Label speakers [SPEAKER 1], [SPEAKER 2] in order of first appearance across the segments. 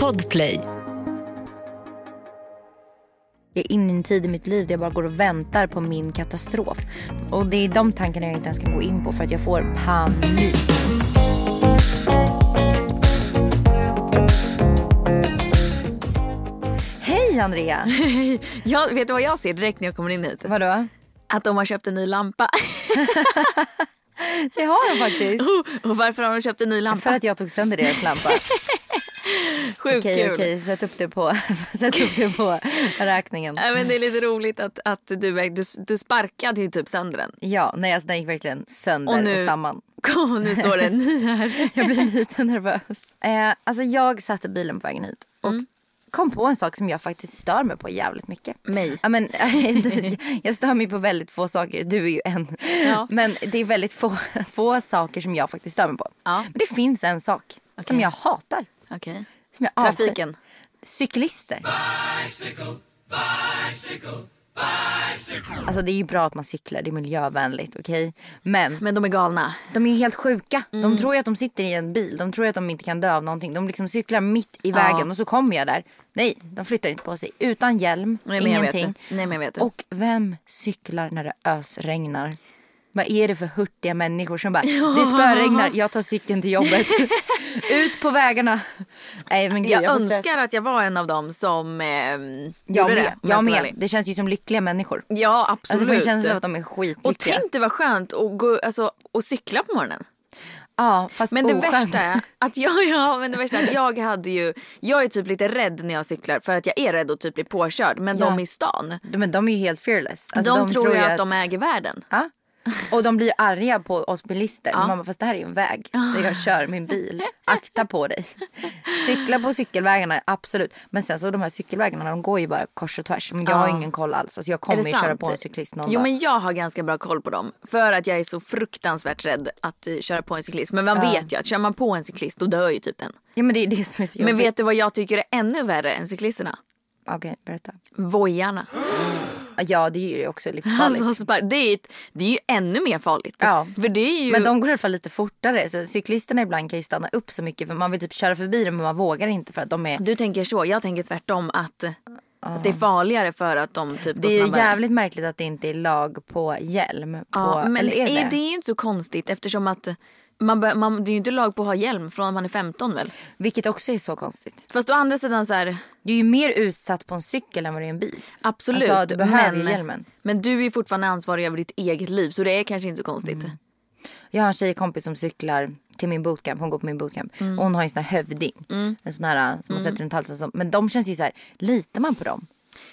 [SPEAKER 1] Podplay. Jag är inne i en tid i mitt liv där jag bara går och väntar på min katastrof. Och det är de tankarna jag inte ens kan gå in på för att jag får panik. Hej Andrea!
[SPEAKER 2] Jag, vet du vad jag ser direkt när jag kommer in hit?
[SPEAKER 1] Vadå?
[SPEAKER 2] Att de har köpt en ny lampa.
[SPEAKER 1] Det har jag faktiskt.
[SPEAKER 2] Oh, Och varför har de köpt en ny
[SPEAKER 1] För
[SPEAKER 2] lampa?
[SPEAKER 1] att jag tog sönder deras lampa.
[SPEAKER 2] Sjukt
[SPEAKER 1] Okej,
[SPEAKER 2] kul.
[SPEAKER 1] okej, sätt upp det på, sätt upp det på räkningen.
[SPEAKER 2] Nej, men det är lite roligt att, att du, är- du, du sparkade ju typ sönder den.
[SPEAKER 1] Ja, nej alltså den gick verkligen sönder
[SPEAKER 2] Och
[SPEAKER 1] och,
[SPEAKER 2] nu-
[SPEAKER 1] samman.
[SPEAKER 2] Och nu står det en ny här.
[SPEAKER 1] Jag blir lite nervös. Eh, alltså jag satt i bilen på vägen hit och kom på en sak som jag faktiskt stör mig på jävligt mycket.
[SPEAKER 2] Mig.
[SPEAKER 1] Ja, men, jag stör mig på väldigt få saker, du är ju en.
[SPEAKER 2] Ja.
[SPEAKER 1] Men det är väldigt få, få saker som jag faktiskt stör mig på.
[SPEAKER 2] Ja.
[SPEAKER 1] Men det finns en sak som
[SPEAKER 2] Okej.
[SPEAKER 1] jag hatar.
[SPEAKER 2] Okej.
[SPEAKER 1] Som jag avskyr.
[SPEAKER 2] Trafiken.
[SPEAKER 1] Cyklister. Alltså det är ju bra att man cyklar, det är miljövänligt. okej? Men
[SPEAKER 2] Men de är galna.
[SPEAKER 1] de är ju helt sjuka.
[SPEAKER 2] Mm.
[SPEAKER 1] De tror ju att de sitter i en bil. De tror ju att de inte kan dö av någonting. De liksom cyklar mitt i vägen och så kommer jag där. Nej, de flyttar inte på sig. Utan hjälm,
[SPEAKER 2] Nej, men jag vet
[SPEAKER 1] ingenting.
[SPEAKER 2] det. Nej, men jag vet det.
[SPEAKER 1] och vem cyklar när det ösregnar? Vad är det för hurtiga människor som bara, det spöregnar, jag tar cykeln till jobbet. Ut på vägarna. Nej, men gud,
[SPEAKER 2] Jag,
[SPEAKER 1] får stress.
[SPEAKER 2] önskar att jag var en av dem som eh,
[SPEAKER 1] jag
[SPEAKER 2] gjorde
[SPEAKER 1] med.
[SPEAKER 2] det. om
[SPEAKER 1] Jag
[SPEAKER 2] ska vara
[SPEAKER 1] med.
[SPEAKER 2] ärlig.
[SPEAKER 1] Det känns ju som lyckliga människor.
[SPEAKER 2] Ja, absolut.
[SPEAKER 1] Alltså, man känner av att de är
[SPEAKER 2] och
[SPEAKER 1] skitlyckliga.
[SPEAKER 2] tänk det var skönt att gå, alltså, och cykla på morgonen.
[SPEAKER 1] ja, fast
[SPEAKER 2] Men det,
[SPEAKER 1] oskönt.
[SPEAKER 2] värsta är att jag, ja, men det värsta är att jag hade ju, jag är typ lite rädd när jag cyklar för att jag är rädd att typ bli påkörd. Men
[SPEAKER 1] Ja.
[SPEAKER 2] de i stan,
[SPEAKER 1] Men de är ju helt fearless. Alltså,
[SPEAKER 2] de, tror ju att, de äger världen.
[SPEAKER 1] Ja. Och de blir arga på oss bilister. Man bara, fast det här är ju en väg där jag kör min bil. Akta på dig. Cykla på cykelvägarna, absolut. Men sen så de här cykelvägarna, de går ju bara kors och tvärs. Men jag har
[SPEAKER 2] Ja.
[SPEAKER 1] ingen koll alls. Alltså jag kommer ju köra på en cyklist någon
[SPEAKER 2] Jo
[SPEAKER 1] dag.
[SPEAKER 2] men jag har ganska bra koll på dem. För att jag är så fruktansvärt rädd att eh, köra på en cyklist. Men man vet ju att kör man på en cyklist då dör ju typ den.
[SPEAKER 1] Ja, men det är det som är så
[SPEAKER 2] Men
[SPEAKER 1] jobbigt.
[SPEAKER 2] vet du vad jag tycker är ännu värre än cyklisterna?
[SPEAKER 1] Okej, berätta.
[SPEAKER 2] Vojarna.
[SPEAKER 1] Ja, det är ju också livsfarligt.
[SPEAKER 2] Alltså, spar- det, är, ett- det är ju ännu mer farligt.
[SPEAKER 1] Ja.
[SPEAKER 2] För det är ju...
[SPEAKER 1] Men de går i alla fall lite fortare. Så cyklisterna ibland kan ju stanna upp så mycket för man vill typ köra förbi dem men man vågar inte för att de är...
[SPEAKER 2] Du tänker så, jag tänker tvärtom att, att det är farligare för att de typ går
[SPEAKER 1] Det är ju
[SPEAKER 2] snabbare.
[SPEAKER 1] jävligt märkligt att det inte är lag på hjälm. På...
[SPEAKER 2] Ja, men
[SPEAKER 1] Eller
[SPEAKER 2] är det? är ju inte så konstigt eftersom att man, bör- man, det är ju inte lag på att ha hjälm från att man är 15 väl?
[SPEAKER 1] Vilket också är så konstigt.
[SPEAKER 2] Fast å andra sidan så här,
[SPEAKER 1] Du är ju mer utsatt på en cykel än vad du är i en bil.
[SPEAKER 2] absolut.
[SPEAKER 1] Alltså, du behöver ju
[SPEAKER 2] men,
[SPEAKER 1] hjälmen.
[SPEAKER 2] Men du är fortfarande ansvarig över ditt eget liv så det är kanske inte så konstigt.
[SPEAKER 1] Mm. Jag har en tjejkompis som cyklar till min bootcamp. Hon går på min bootcamp.
[SPEAKER 2] Mm.
[SPEAKER 1] Och hon har ju en sån här hövding. En sån här som man sätter runt halsen. Som. Men de känns ju så här, litar man på dem?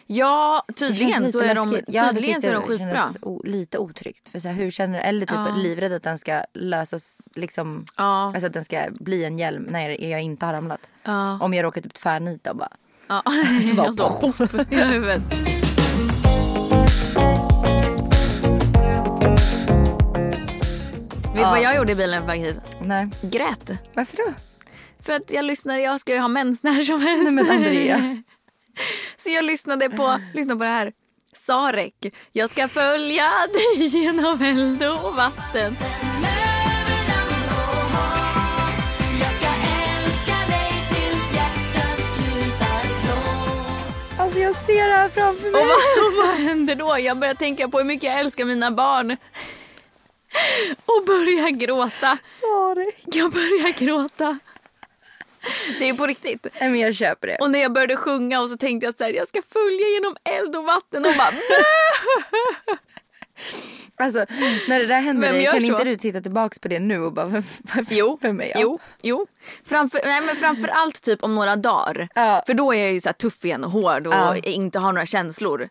[SPEAKER 2] Ja,
[SPEAKER 1] Det känns
[SPEAKER 2] tydligen
[SPEAKER 1] lite
[SPEAKER 2] så är de,
[SPEAKER 1] läskigt. Jag hade
[SPEAKER 2] tydligen så är de
[SPEAKER 1] tyckt det
[SPEAKER 2] skitbra.
[SPEAKER 1] kändes O, lite otryggt. För så här, hur känner du? Eller typ livrädd att den ska lösas liksom.
[SPEAKER 2] Ja.
[SPEAKER 1] Alltså att den ska bli en hjälm när jag inte har ramlat.
[SPEAKER 2] Ja.
[SPEAKER 1] Om jag råkar typ tvärnita och bara.
[SPEAKER 2] Ja.
[SPEAKER 1] Så bara,
[SPEAKER 2] Ja, då, poff, i huvudet. Vet du vad jag gjorde i bilen på väg hit?
[SPEAKER 1] Nej,
[SPEAKER 2] Grät.
[SPEAKER 1] varför då?
[SPEAKER 2] För att jag lyssnade, jag ska ju ha mens när som helst.
[SPEAKER 1] Nej men Andrea.
[SPEAKER 2] Så jag lyssnade på, lyssna på det här. Sarek, jag ska följa dig genom eld och vatten.
[SPEAKER 1] Alltså jag ser det här framför mig.
[SPEAKER 2] Och vad, och vad händer då? Jag börjar tänka på hur mycket jag älskar mina barn. Och börjar gråta.
[SPEAKER 1] Sorry.
[SPEAKER 2] Jag börjar gråta. Det är på riktigt.
[SPEAKER 1] Nej men jag köper det.
[SPEAKER 2] Och när jag började sjunga och så tänkte jag så här, jag ska följa genom eld och vatten och bara
[SPEAKER 1] Alltså, när det där hände
[SPEAKER 2] Vem
[SPEAKER 1] dig,
[SPEAKER 2] gör
[SPEAKER 1] kan
[SPEAKER 2] så?
[SPEAKER 1] inte du titta tillbaka på det nu och bara vem, vem,
[SPEAKER 2] Jo,
[SPEAKER 1] vem är jag?
[SPEAKER 2] jo, jo. Framför, nej, men framför allt typ om några dagar.
[SPEAKER 1] Ja.
[SPEAKER 2] För då är jag ju så här tuff igen och hård och
[SPEAKER 1] Ja.
[SPEAKER 2] inte har några känslor.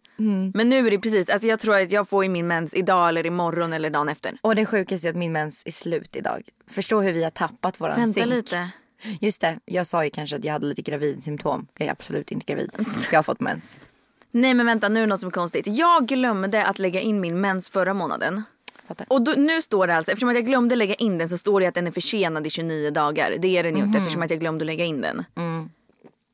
[SPEAKER 2] Men nu är det precis, alltså jag tror att jag får i min mens idag eller imorgon eller dagen efter.
[SPEAKER 1] Och det sjukaste är att min mens är slut idag. Förstå hur vi har tappat våran
[SPEAKER 2] Vänta
[SPEAKER 1] synk.
[SPEAKER 2] lite.
[SPEAKER 1] Just det, jag sa ju kanske att jag hade lite gravidsymptom. Jag är absolut inte gravid. Jag har fått mens.
[SPEAKER 2] Nej men vänta nu är det något som är konstigt. Jag glömde att lägga in min mens förra månaden.
[SPEAKER 1] Fattar.
[SPEAKER 2] Och då, nu står det alltså, eftersom att jag glömde lägga in den så står det att den är försenad i 29 dagar. Det är den
[SPEAKER 1] Mhm. Mm.
[SPEAKER 2] ju inte eftersom att jag glömde lägga in den.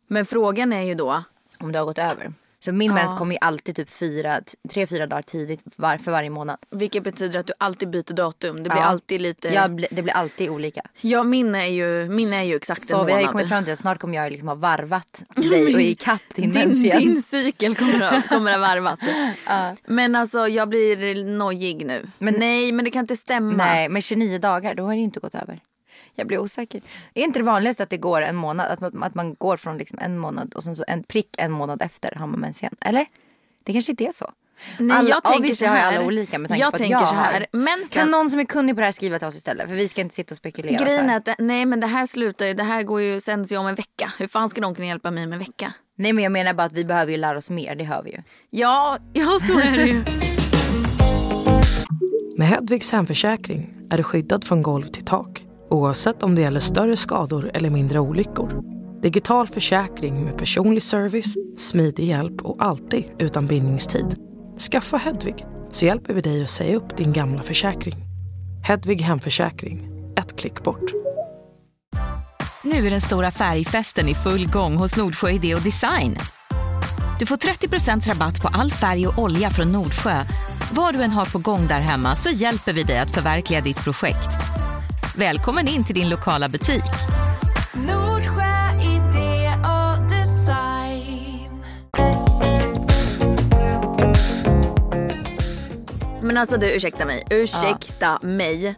[SPEAKER 2] Men frågan är ju då,
[SPEAKER 1] Om det har gått över. Så min
[SPEAKER 2] Ja.
[SPEAKER 1] mens kommer ju alltid typ fyra, tre, fyra dagar tidigt var, för varje månad.
[SPEAKER 2] Vilket betyder att du alltid byter datum. Det blir
[SPEAKER 1] Ja.
[SPEAKER 2] alltid lite...
[SPEAKER 1] Jag, bli- det blir alltid olika.
[SPEAKER 2] Ja, min är ju, min är ju exakt
[SPEAKER 1] Så
[SPEAKER 2] en
[SPEAKER 1] vi har ju
[SPEAKER 2] månad.
[SPEAKER 1] kommit fram till att snart kommer jag liksom ha varvat dig och ikapp din, mens
[SPEAKER 2] din,
[SPEAKER 1] igen.
[SPEAKER 2] din cykel kommer att, kommer att varva. Men alltså jag blir nojig nu. Men, Nej men det kan inte stämma.
[SPEAKER 1] Nej, men 29 dagar, då har det inte gått över. Jag blir osäker. Är inte det vanligast att det går en månad? Att man, att man går från liksom en månad och sen så en prick en månad efter har man mens igen? Eller? Det kanske inte är så.
[SPEAKER 2] Nej, jag
[SPEAKER 1] ja,
[SPEAKER 2] tänker
[SPEAKER 1] visst,
[SPEAKER 2] så
[SPEAKER 1] vi har ju
[SPEAKER 2] här.
[SPEAKER 1] alla olika med tanke
[SPEAKER 2] Jag
[SPEAKER 1] på att
[SPEAKER 2] tänker
[SPEAKER 1] jag
[SPEAKER 2] så här,
[SPEAKER 1] har.
[SPEAKER 2] men sen-
[SPEAKER 1] Kan någon som är kunnig på det här skriva till oss istället? För vi ska inte sitta och spekulera.
[SPEAKER 2] Grejen
[SPEAKER 1] så
[SPEAKER 2] är
[SPEAKER 1] här.
[SPEAKER 2] att det, nej men det här slutar ju, det här går ju, sänds ju om en vecka. Hur fan ska någon kunna hjälpa mig med en vecka?
[SPEAKER 1] Nej men jag menar bara att vi behöver ju lära oss mer, det hör vi ju.
[SPEAKER 2] Ja, ja så är det ju.
[SPEAKER 3] Med Hedvigs hemförsäkring är du skyddad från golv till tak oavsett om det gäller större skador eller mindre olyckor. Digital försäkring med personlig service, smidig hjälp och alltid utan bindningstid. Skaffa Hedvig så hjälper vi dig att säga upp din gamla försäkring. Hedvig hemförsäkring, ett klick bort.
[SPEAKER 4] Nu är den stora färgfesten i full gång hos Nordsjö Idé och Design. Du får 30 rabatt på all färg och olja från Nordsjö. Vad du än har på gång där hemma så hjälper vi dig att förverkliga ditt projekt. Välkommen in till din lokala butik.
[SPEAKER 5] Nordsjö idé och design.
[SPEAKER 2] Men alltså du ursäkta mig, ursäkta mig.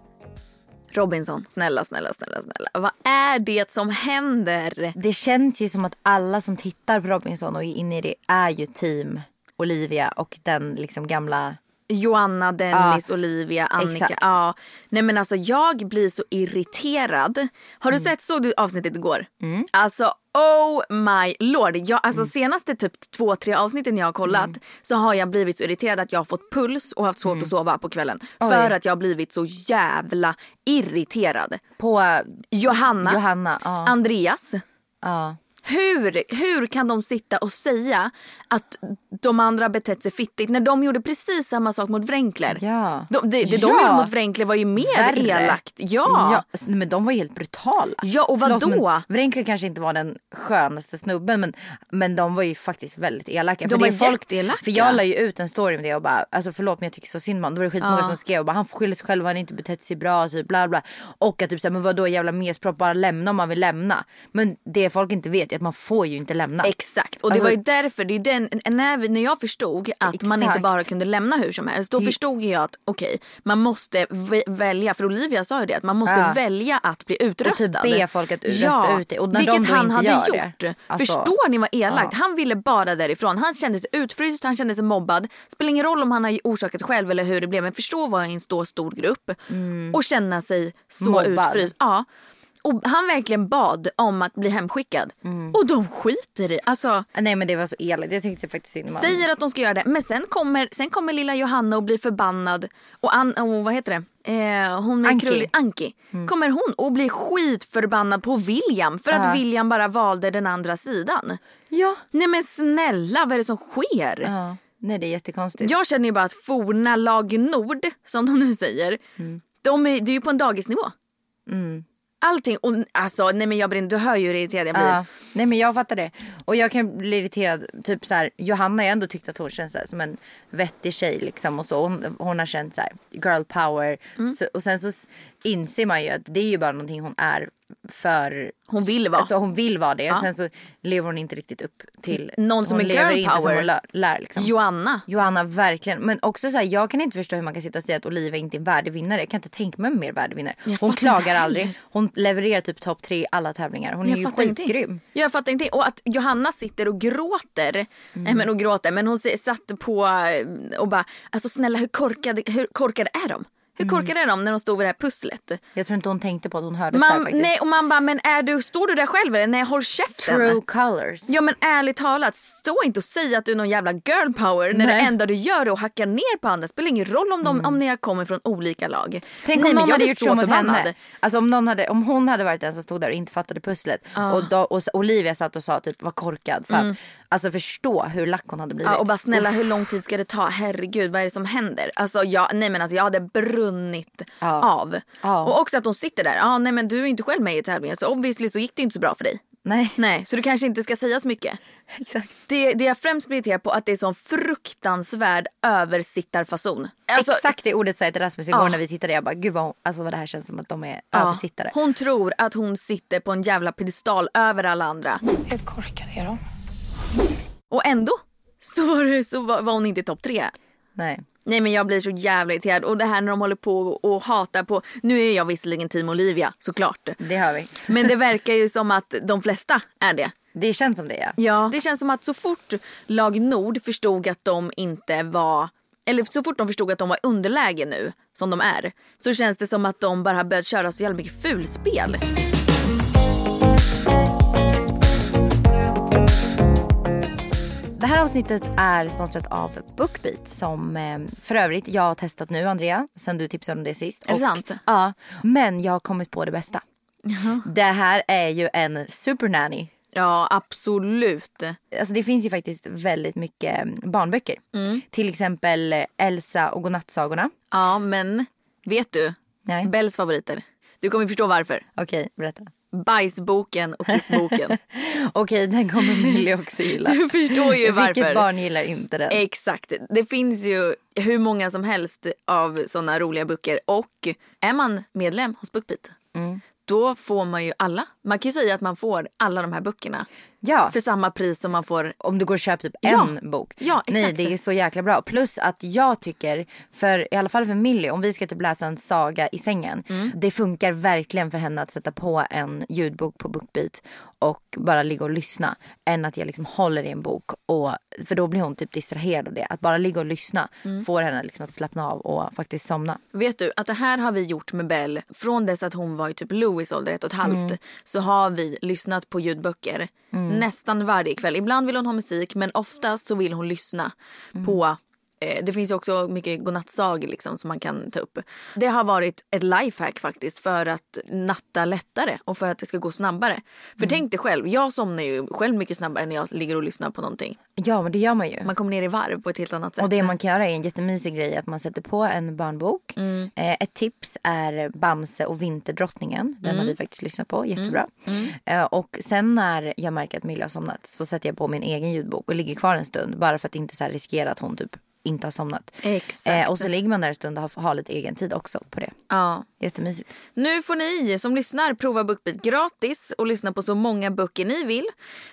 [SPEAKER 2] Robinson, snälla snälla snälla snälla. Vad är det som händer?
[SPEAKER 1] Det känns ju som att alla som tittar på Robinson och är inne i det är ju team Olivia och den liksom gamla...
[SPEAKER 2] Joanna, Dennis, Olivia, Annika.
[SPEAKER 1] exakt.
[SPEAKER 2] Ja. Nej men alltså jag blir så irriterad. Har du sett, såg du avsnittet igår? Alltså oh my lord. Jag, alltså senaste typ två, tre avsnitten jag har kollat så har jag blivit så irriterad att jag har fått puls och haft svårt att sova på kvällen. För att jag har blivit så jävla irriterad.
[SPEAKER 1] På...
[SPEAKER 2] Johanna,
[SPEAKER 1] Johanna, ja.
[SPEAKER 2] Andreas.
[SPEAKER 1] Ja.
[SPEAKER 2] Hur, hur kan de sitta och säga att de andra betett sig fittigt när de gjorde precis samma sak mot Wrenkler?
[SPEAKER 1] Ja.
[SPEAKER 2] De, det, det de
[SPEAKER 1] Ja.
[SPEAKER 2] gjorde mot Wrenkler var ju mer
[SPEAKER 1] Värre.
[SPEAKER 2] elakt. Ja.
[SPEAKER 1] Ja. s- men de var ju helt brutala.
[SPEAKER 2] Ja, och vadå?
[SPEAKER 1] men Wrenkler kanske inte var den skönaste snubben men, men de var ju faktiskt väldigt elaka.
[SPEAKER 2] De
[SPEAKER 1] För det
[SPEAKER 2] var
[SPEAKER 1] är
[SPEAKER 2] jätteelaka.
[SPEAKER 1] För jag la ju ut en story om det och bara alltså förlåt men jag tycker så synd om honom. Då var det skitmånga
[SPEAKER 2] Ja.
[SPEAKER 1] som skrev och bara han får skylla sig själv han har inte betett sig bra typ bla bla. Och att typ såhär men vadå jävla mespropp bara lämna om man vill lämna. Men det folk inte vet är att man får ju inte lämna.
[SPEAKER 2] Exakt. Och det
[SPEAKER 1] Alltså-
[SPEAKER 2] var ju därför, det är den, när, vi, när jag förstod att man inte
[SPEAKER 1] Exakt.
[SPEAKER 2] bara kunde lämna hur som helst. Då
[SPEAKER 1] Det-
[SPEAKER 2] förstod jag att okej, man måste v- välja, för Olivia sa ju det, att man måste
[SPEAKER 1] Ja. välja
[SPEAKER 2] välja att bli utröstad.
[SPEAKER 1] Och typ be folk att rösta ut dig. Och när de
[SPEAKER 2] vilket
[SPEAKER 1] då
[SPEAKER 2] han
[SPEAKER 1] inte
[SPEAKER 2] hade
[SPEAKER 1] gör det.
[SPEAKER 2] gjort.
[SPEAKER 1] Alltså-
[SPEAKER 2] Förstår ni vad elakt? Han ville bara därifrån. Han kände sig utfryst, han kände sig mobbad. Spelar ingen roll om han har orsakat själv eller hur det blev. Men förstå vad i en så stor grupp och känna sig så
[SPEAKER 1] Mm. Mobbad.
[SPEAKER 2] utfryst. Ja. Och han verkligen bad om att bli hemskickad.
[SPEAKER 1] Mm.
[SPEAKER 2] Och de skiter i. Alltså,
[SPEAKER 1] Nej men det var så elakt. Jag tyckte faktiskt synd om honom.
[SPEAKER 2] säger att de ska göra det. Men sen kommer, sen kommer lilla Johanna och blir förbannad. Och, An, och vad heter det? Eh, hon med
[SPEAKER 1] Anki. Mm.
[SPEAKER 2] krullig- Anki. Kommer hon och blir skitförbannad på William för att
[SPEAKER 1] Ja.
[SPEAKER 2] William bara valde den andra sidan.
[SPEAKER 1] Ja.
[SPEAKER 2] Nej men snälla, vad är det som sker?
[SPEAKER 1] ja. Nej det är jättekonstigt.
[SPEAKER 2] Jag känner ju bara att forna lag Nord, som de nu säger,
[SPEAKER 1] Mm.
[SPEAKER 2] de är, det är ju på en dagisnivå. Allting, och, alltså nej men jag brinner, du hör ju hur irriterad jag blir.
[SPEAKER 1] Ja. Nej men jag fattar det. Och jag kan bli irriterad. Typ så här, Johanna jag har ändå tyckt att hon känns så här, som en vettig tjej liksom och så. Hon, hon har känt så här, girl power.
[SPEAKER 2] Mm.
[SPEAKER 1] Så, och sen så s- inser man ju att det är ju bara någonting hon är för.
[SPEAKER 2] Hon vill vara.
[SPEAKER 1] Alltså hon vill vara det. Sen så lever hon inte riktigt upp till.
[SPEAKER 2] Någon som
[SPEAKER 1] hon
[SPEAKER 2] är
[SPEAKER 1] lever
[SPEAKER 2] girl
[SPEAKER 1] inte som
[SPEAKER 2] power.
[SPEAKER 1] hon lär, lär liksom.
[SPEAKER 2] Joanna.
[SPEAKER 1] Johanna verkligen. Men också så här, jag kan inte förstå hur man kan sitta och säga att Olivia inte är en värdevinnare. Jag kan inte tänka mig en mer värdevinnare. Hon
[SPEAKER 2] fattar inte
[SPEAKER 1] klagar aldrig. Hon levererar typ topp tre i alla tävlingar. Hon är ju
[SPEAKER 2] ingenting.
[SPEAKER 1] skitgrym. Mm.
[SPEAKER 2] Jag fattar inte. Och att Johanna sitter och gråter. Nej men och gråter men hon s- satt på eh, och bara alltså snälla hur korkade, hur korkade är de?
[SPEAKER 1] Mm.
[SPEAKER 2] Hur korkade är de när de stod vid det här pusslet?
[SPEAKER 1] Jag tror inte hon tänkte på att hon hördes där
[SPEAKER 2] Man,
[SPEAKER 1] faktiskt.
[SPEAKER 2] nej, och man bara men är du, står du där själv eller? Nej håll käften.
[SPEAKER 1] True colors.
[SPEAKER 2] Ja men ärligt talat, stå inte och säg att du är någon jävla girl power när
[SPEAKER 1] Nej. Mm.
[SPEAKER 2] det enda du gör är att hacka ner på andra. Spelar ingen roll om, de, om ni kommer från olika lag.
[SPEAKER 1] Tänk
[SPEAKER 2] Nej, men
[SPEAKER 1] om någon
[SPEAKER 2] jag
[SPEAKER 1] hade
[SPEAKER 2] blir
[SPEAKER 1] gjort
[SPEAKER 2] så
[SPEAKER 1] så mot
[SPEAKER 2] förbannad.
[SPEAKER 1] henne. Alltså om, någon hade, om hon hade varit den som stod där och inte fattade pusslet
[SPEAKER 2] Ah.
[SPEAKER 1] och, då, och s- Olivia satt och sa typ var korkad. Fan. Alltså förstå hur lack hon hade blivit.
[SPEAKER 2] Mm. Ja, och bara snälla hur lång tid ska det ta? Herregud vad är det som händer? Alltså jag, nej men alltså jag hade brunnit av.
[SPEAKER 1] Ja.
[SPEAKER 2] Och också att hon sitter där. Ja nej men du är inte själv med i tävlingen så obviously så gick det inte så bra för dig.
[SPEAKER 1] Nej.
[SPEAKER 2] Nej så du kanske inte ska säga så mycket.
[SPEAKER 1] Exakt.
[SPEAKER 2] Det, det jag främst blir irriterad på är att det är sån fruktansvärd översittarfason. Alltså, Ah.
[SPEAKER 1] Exakt det ordet sa jag till Rasmus igår
[SPEAKER 2] Ja.
[SPEAKER 1] när vi tittade. Jag bara, gud vad, hon, alltså vad det här känns som att de är
[SPEAKER 2] ja.
[SPEAKER 1] översittare.
[SPEAKER 2] Ah. Hon tror att hon sitter på en jävla pedestal över alla andra.
[SPEAKER 6] Hur korkade är de?
[SPEAKER 2] Och ändå så var, det, så var, var hon inte i topp tre.
[SPEAKER 1] Nej.
[SPEAKER 2] Nej men jag blir så jävla irriterad och det här när de håller på och hatar på, nu är jag visserligen team Olivia såklart.
[SPEAKER 1] Det hör vi.
[SPEAKER 2] Men det verkar ju som att de flesta är det.
[SPEAKER 1] Det känns som det ja.
[SPEAKER 2] Det känns som att så fort lag Nord förstod att de inte var eller så fort de förstod att de var i underläge nu, som de är, så känns det som att de bara har börjat köra så jävla mycket fulspel.
[SPEAKER 1] Det här avsnittet är sponsrat av Bookbeat som eh, för övrigt jag har testat nu Andrea sen du tipsade om det sist.
[SPEAKER 2] Är det sant?
[SPEAKER 1] Ja, men jag har kommit på det bästa. Det här är ju en supernanny.
[SPEAKER 2] Ja, absolut.
[SPEAKER 1] Alltså det finns ju faktiskt väldigt mycket eh, barnböcker.
[SPEAKER 2] Mm.
[SPEAKER 1] Till exempel eh, Elsa och godnattsagorna.
[SPEAKER 2] Ja, men vet du?
[SPEAKER 1] Nej.
[SPEAKER 2] Bells favoriter. Du kommer förstå varför.
[SPEAKER 1] Okej, berätta.
[SPEAKER 2] Bajsboken och kissboken.
[SPEAKER 1] Okej, den kommer Millie också gilla.
[SPEAKER 2] Du förstår ju varför.
[SPEAKER 1] Vilket barn gillar inte den?
[SPEAKER 2] Exakt. Det finns ju hur många som helst av såna roliga böcker. Och är man medlem hos Bookbeat
[SPEAKER 1] Mm.
[SPEAKER 2] då får man ju alla. Man kan ju säga att man får alla de här böckerna
[SPEAKER 1] Ja.
[SPEAKER 2] för samma pris som man får...
[SPEAKER 1] om du går och köper typ
[SPEAKER 2] Ja.
[SPEAKER 1] en bok.
[SPEAKER 2] Ja,
[SPEAKER 1] Nej,
[SPEAKER 2] exakt.
[SPEAKER 1] det är så jäkla bra. Plus att jag tycker, för i alla fall för Millie, om vi ska typ läsa en saga i sängen.
[SPEAKER 2] Mm.
[SPEAKER 1] Det funkar verkligen för henne att sätta på en ljudbok på Bookbeat och bara ligga och lyssna. Än att jag liksom håller i en bok. Och, för då blir hon typ distraherad av det. Att bara ligga och lyssna
[SPEAKER 2] Mm.
[SPEAKER 1] får henne liksom att slappna av och faktiskt somna.
[SPEAKER 2] Vet du att det här har vi gjort med Bell från dess att hon var i typ Louis ålder ett och ett halvt
[SPEAKER 1] Mm.
[SPEAKER 2] så har vi lyssnat på ljudböcker nästan varje kväll. Ibland vill hon ha musik men oftast så vill hon lyssna
[SPEAKER 1] Mm.
[SPEAKER 2] på eh, det finns ju också mycket godnattsagor liksom som man kan ta upp. Det har varit ett lifehack faktiskt för att natta lättare och för att det ska gå snabbare. För
[SPEAKER 1] Mm.
[SPEAKER 2] tänk dig själv, jag somnar ju själv mycket snabbare när jag ligger och lyssnar på någonting.
[SPEAKER 1] Ja, men det gör man ju.
[SPEAKER 2] Man kommer ner i varv på ett helt annat sätt.
[SPEAKER 1] Och det man kan göra är en jättemysig grej att man sätter på en barnbok. Eh, ett tips är Bamse och Vinterdrottningen. Den har vi faktiskt lyssnat på, jättebra. Eh, och sen när jag märker att Milla har somnat så sätter jag på min egen ljudbok och ligger kvar en stund. Bara för att inte så här riskera att hon typ inte har somnat. Eh,
[SPEAKER 2] Exakt.
[SPEAKER 1] och så ligger man där en stund och har, har lite egen tid också på det.
[SPEAKER 2] ja.
[SPEAKER 1] Jättemysigt.
[SPEAKER 2] Nu får ni som lyssnar prova BookBeat gratis och lyssna på så många böcker ni vill.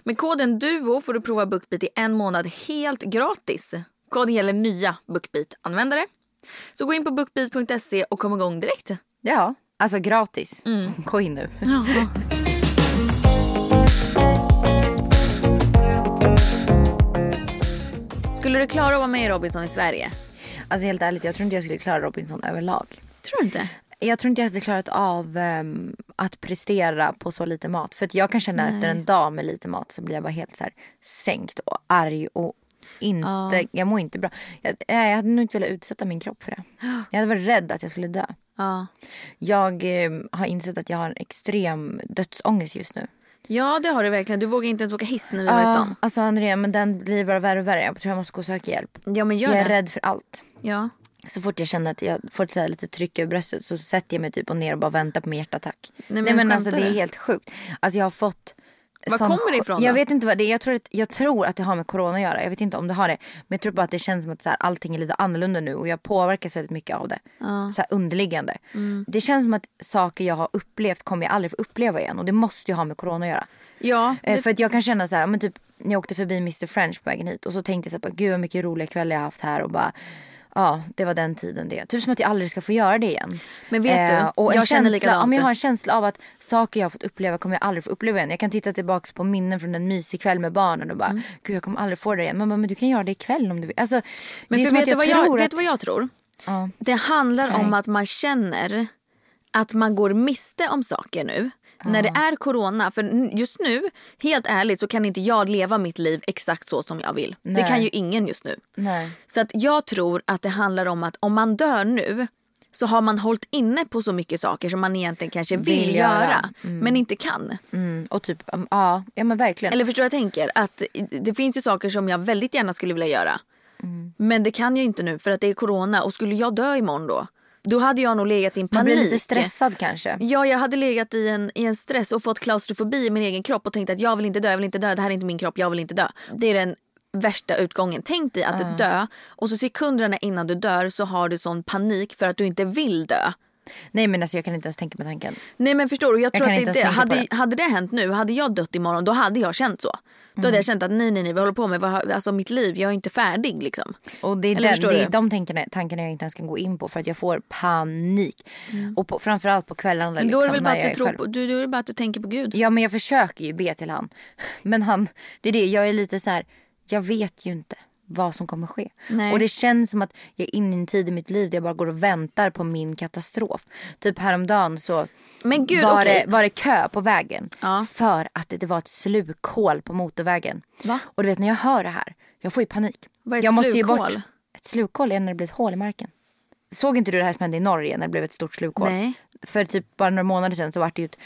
[SPEAKER 2] Med koden DUO får du prova BookBeat i en månad helt gratis. Koden gäller nya BookBeat-användare. Så gå in på bookbeat.se och kom igång direkt.
[SPEAKER 1] Ja, alltså gratis. Gå in nu.
[SPEAKER 2] Skulle du klara att vara med i Robinson i Sverige?
[SPEAKER 1] Alltså helt ärligt, jag tror inte jag skulle klara Robinson överlag.
[SPEAKER 2] Tror du inte?
[SPEAKER 1] Jag tror inte jag hade klarat av ehm, att prestera på så lite mat. För att jag kan känna efter en dag med lite mat så blir jag bara helt så här sänkt och arg och inte, jag mår inte bra. Jag, nej, jag hade nog inte velat utsätta min kropp för det. Jag hade varit rädd att jag skulle dö.
[SPEAKER 2] Ja.
[SPEAKER 1] Jag ehm, har insett att jag har en extrem dödsångest just nu.
[SPEAKER 2] Ja, det har du verkligen. Du vågar inte ens åka hiss när vi var i stan.
[SPEAKER 1] alltså Andrea, men den blir bara värre och värre. Jag tror jag måste gå och söka hjälp.
[SPEAKER 2] Ja, men gör
[SPEAKER 1] jag
[SPEAKER 2] det.
[SPEAKER 1] är rädd för allt.
[SPEAKER 2] Ja.
[SPEAKER 1] Så fort jag känner att jag får ett så här lite tryck över bröstet så sätter jag mig typ och ner och bara väntar på min hjärtattack. Nej
[SPEAKER 2] men
[SPEAKER 1] men, alltså
[SPEAKER 2] skämtar
[SPEAKER 1] det är
[SPEAKER 2] du?
[SPEAKER 1] helt sjukt. Alltså jag har fått
[SPEAKER 2] Var
[SPEAKER 1] sån
[SPEAKER 2] kommer det
[SPEAKER 1] sj-
[SPEAKER 2] ifrån
[SPEAKER 1] Jag
[SPEAKER 2] då?
[SPEAKER 1] vet inte vad det är. Jag tror, att, jag tror att det har med corona att göra. Jag vet inte om det har det. Men jag tror bara att det känns som att så här, allting är lite annorlunda nu och jag påverkas väldigt mycket av det. Så här underliggande.
[SPEAKER 2] Mm.
[SPEAKER 1] Det känns som att saker jag har upplevt kommer jag aldrig få uppleva igen och det måste ju ha med corona att göra.
[SPEAKER 2] Ja,
[SPEAKER 1] Eh, För att jag kan känna så här, men typ när jag åkte förbi Mr French på vägen hit och så tänkte jag så här, bara, gud vad mycket roliga kvällar jag har haft här och bara Ja, det var den tiden det. Typ som att jag aldrig ska få göra det igen. Eh,
[SPEAKER 2] Men vet du,
[SPEAKER 1] och en
[SPEAKER 2] jag känner
[SPEAKER 1] känsla,
[SPEAKER 2] likadant.
[SPEAKER 1] ja, men Jag har en känsla av att saker jag har fått uppleva kommer jag aldrig få uppleva igen. Jag kan titta tillbaka på minnen från en mysig kväll med barnen och bara, gud jag kommer aldrig få det igen. Man bara, men du kan göra det ikväll om du vill. Alltså,
[SPEAKER 2] Mm. Men
[SPEAKER 1] det är
[SPEAKER 2] för
[SPEAKER 1] som
[SPEAKER 2] vet,
[SPEAKER 1] att
[SPEAKER 2] du
[SPEAKER 1] jag
[SPEAKER 2] vad
[SPEAKER 1] tror
[SPEAKER 2] jag, vet
[SPEAKER 1] att...
[SPEAKER 2] du vad jag tror?
[SPEAKER 1] Ja.
[SPEAKER 2] Det handlar om att man känner att man går miste om saker nu. När det är corona, för n- just nu, helt ärligt så kan inte jag leva mitt liv exakt så som jag vill. Det
[SPEAKER 1] Nej.
[SPEAKER 2] kan ju ingen just nu.
[SPEAKER 1] Nej.
[SPEAKER 2] Så att jag tror att det handlar om att om man dör nu så har man hållit inne på så mycket saker som man egentligen kanske vill,
[SPEAKER 1] Vill
[SPEAKER 2] göra,
[SPEAKER 1] göra.
[SPEAKER 2] men inte kan.
[SPEAKER 1] Mm, och typ, um, ja, ja men verkligen.
[SPEAKER 2] Eller förstår vad jag tänker? Att det finns ju saker som jag väldigt
[SPEAKER 1] Mm.
[SPEAKER 2] gärna skulle vilja göra. Men det kan jag inte nu för att det är corona och skulle jag dö imorgon då då hade jag nog legat i en panik. Mm.
[SPEAKER 1] Man blir lite stressad kanske.
[SPEAKER 2] Ja, jag hade legat i en, i en stress och fått klaustrofobi i min egen kropp och tänkt att jag vill inte dö, jag vill inte dö, det här är inte min kropp, jag vill inte dö. Det är den värsta utgången. Tänk dig att dö och så sekunderna innan du dör så har du sån panik för att du inte vill dö.
[SPEAKER 1] Nej men alltså jag kan inte ens tänka mig tanken.
[SPEAKER 2] Nej men förstår du, jag tror
[SPEAKER 1] kan
[SPEAKER 2] att det
[SPEAKER 1] inte
[SPEAKER 2] är
[SPEAKER 1] ens
[SPEAKER 2] det.
[SPEAKER 1] tänka på
[SPEAKER 2] Hade, hade det hänt nu, hade jag dött imorgon då hade jag känt så. Då
[SPEAKER 1] Mm.
[SPEAKER 2] hade jag känt att nej nej nej, vad håller jag på med? Vad, har- alltså mitt liv, jag är inte färdig liksom.
[SPEAKER 1] Och det är,
[SPEAKER 2] Eller
[SPEAKER 1] den,
[SPEAKER 2] förstår
[SPEAKER 1] det är
[SPEAKER 2] du?
[SPEAKER 1] de tankarna, tankarna jag inte ens kan gå in på för att jag får panik. Och på, framförallt på kvällarna. Liksom,
[SPEAKER 2] Mm. då är det väl bara
[SPEAKER 1] när
[SPEAKER 2] att
[SPEAKER 1] jag
[SPEAKER 2] du
[SPEAKER 1] är
[SPEAKER 2] tror
[SPEAKER 1] själv.
[SPEAKER 2] på, du, då är det bara att du tänker på Gud.
[SPEAKER 1] Ja men jag försöker ju be till han. Men han, det är det, jag är lite så här, jag vet ju inte vad som kommer ske.
[SPEAKER 2] Nej.
[SPEAKER 1] Och det känns som att jag är inne i en tid i mitt liv där jag bara går och väntar på min katastrof. Typ häromdagen så
[SPEAKER 2] Men gud,
[SPEAKER 1] var,
[SPEAKER 2] okej.
[SPEAKER 1] det, var det kö på vägen.
[SPEAKER 2] Ja.
[SPEAKER 1] För att det, det var ett slukhål på motorvägen.
[SPEAKER 2] Va?
[SPEAKER 1] Och du vet när jag hör det här, jag får ju panik.
[SPEAKER 2] Vad är ett
[SPEAKER 1] jag
[SPEAKER 2] slukhål?
[SPEAKER 1] Ett slukhål är när det blir ett hål i marken. Såg inte du det här som hände i Norge när det blev ett stort slukhål?
[SPEAKER 2] Nej.
[SPEAKER 1] För typ bara några månader sedan så var det ju ett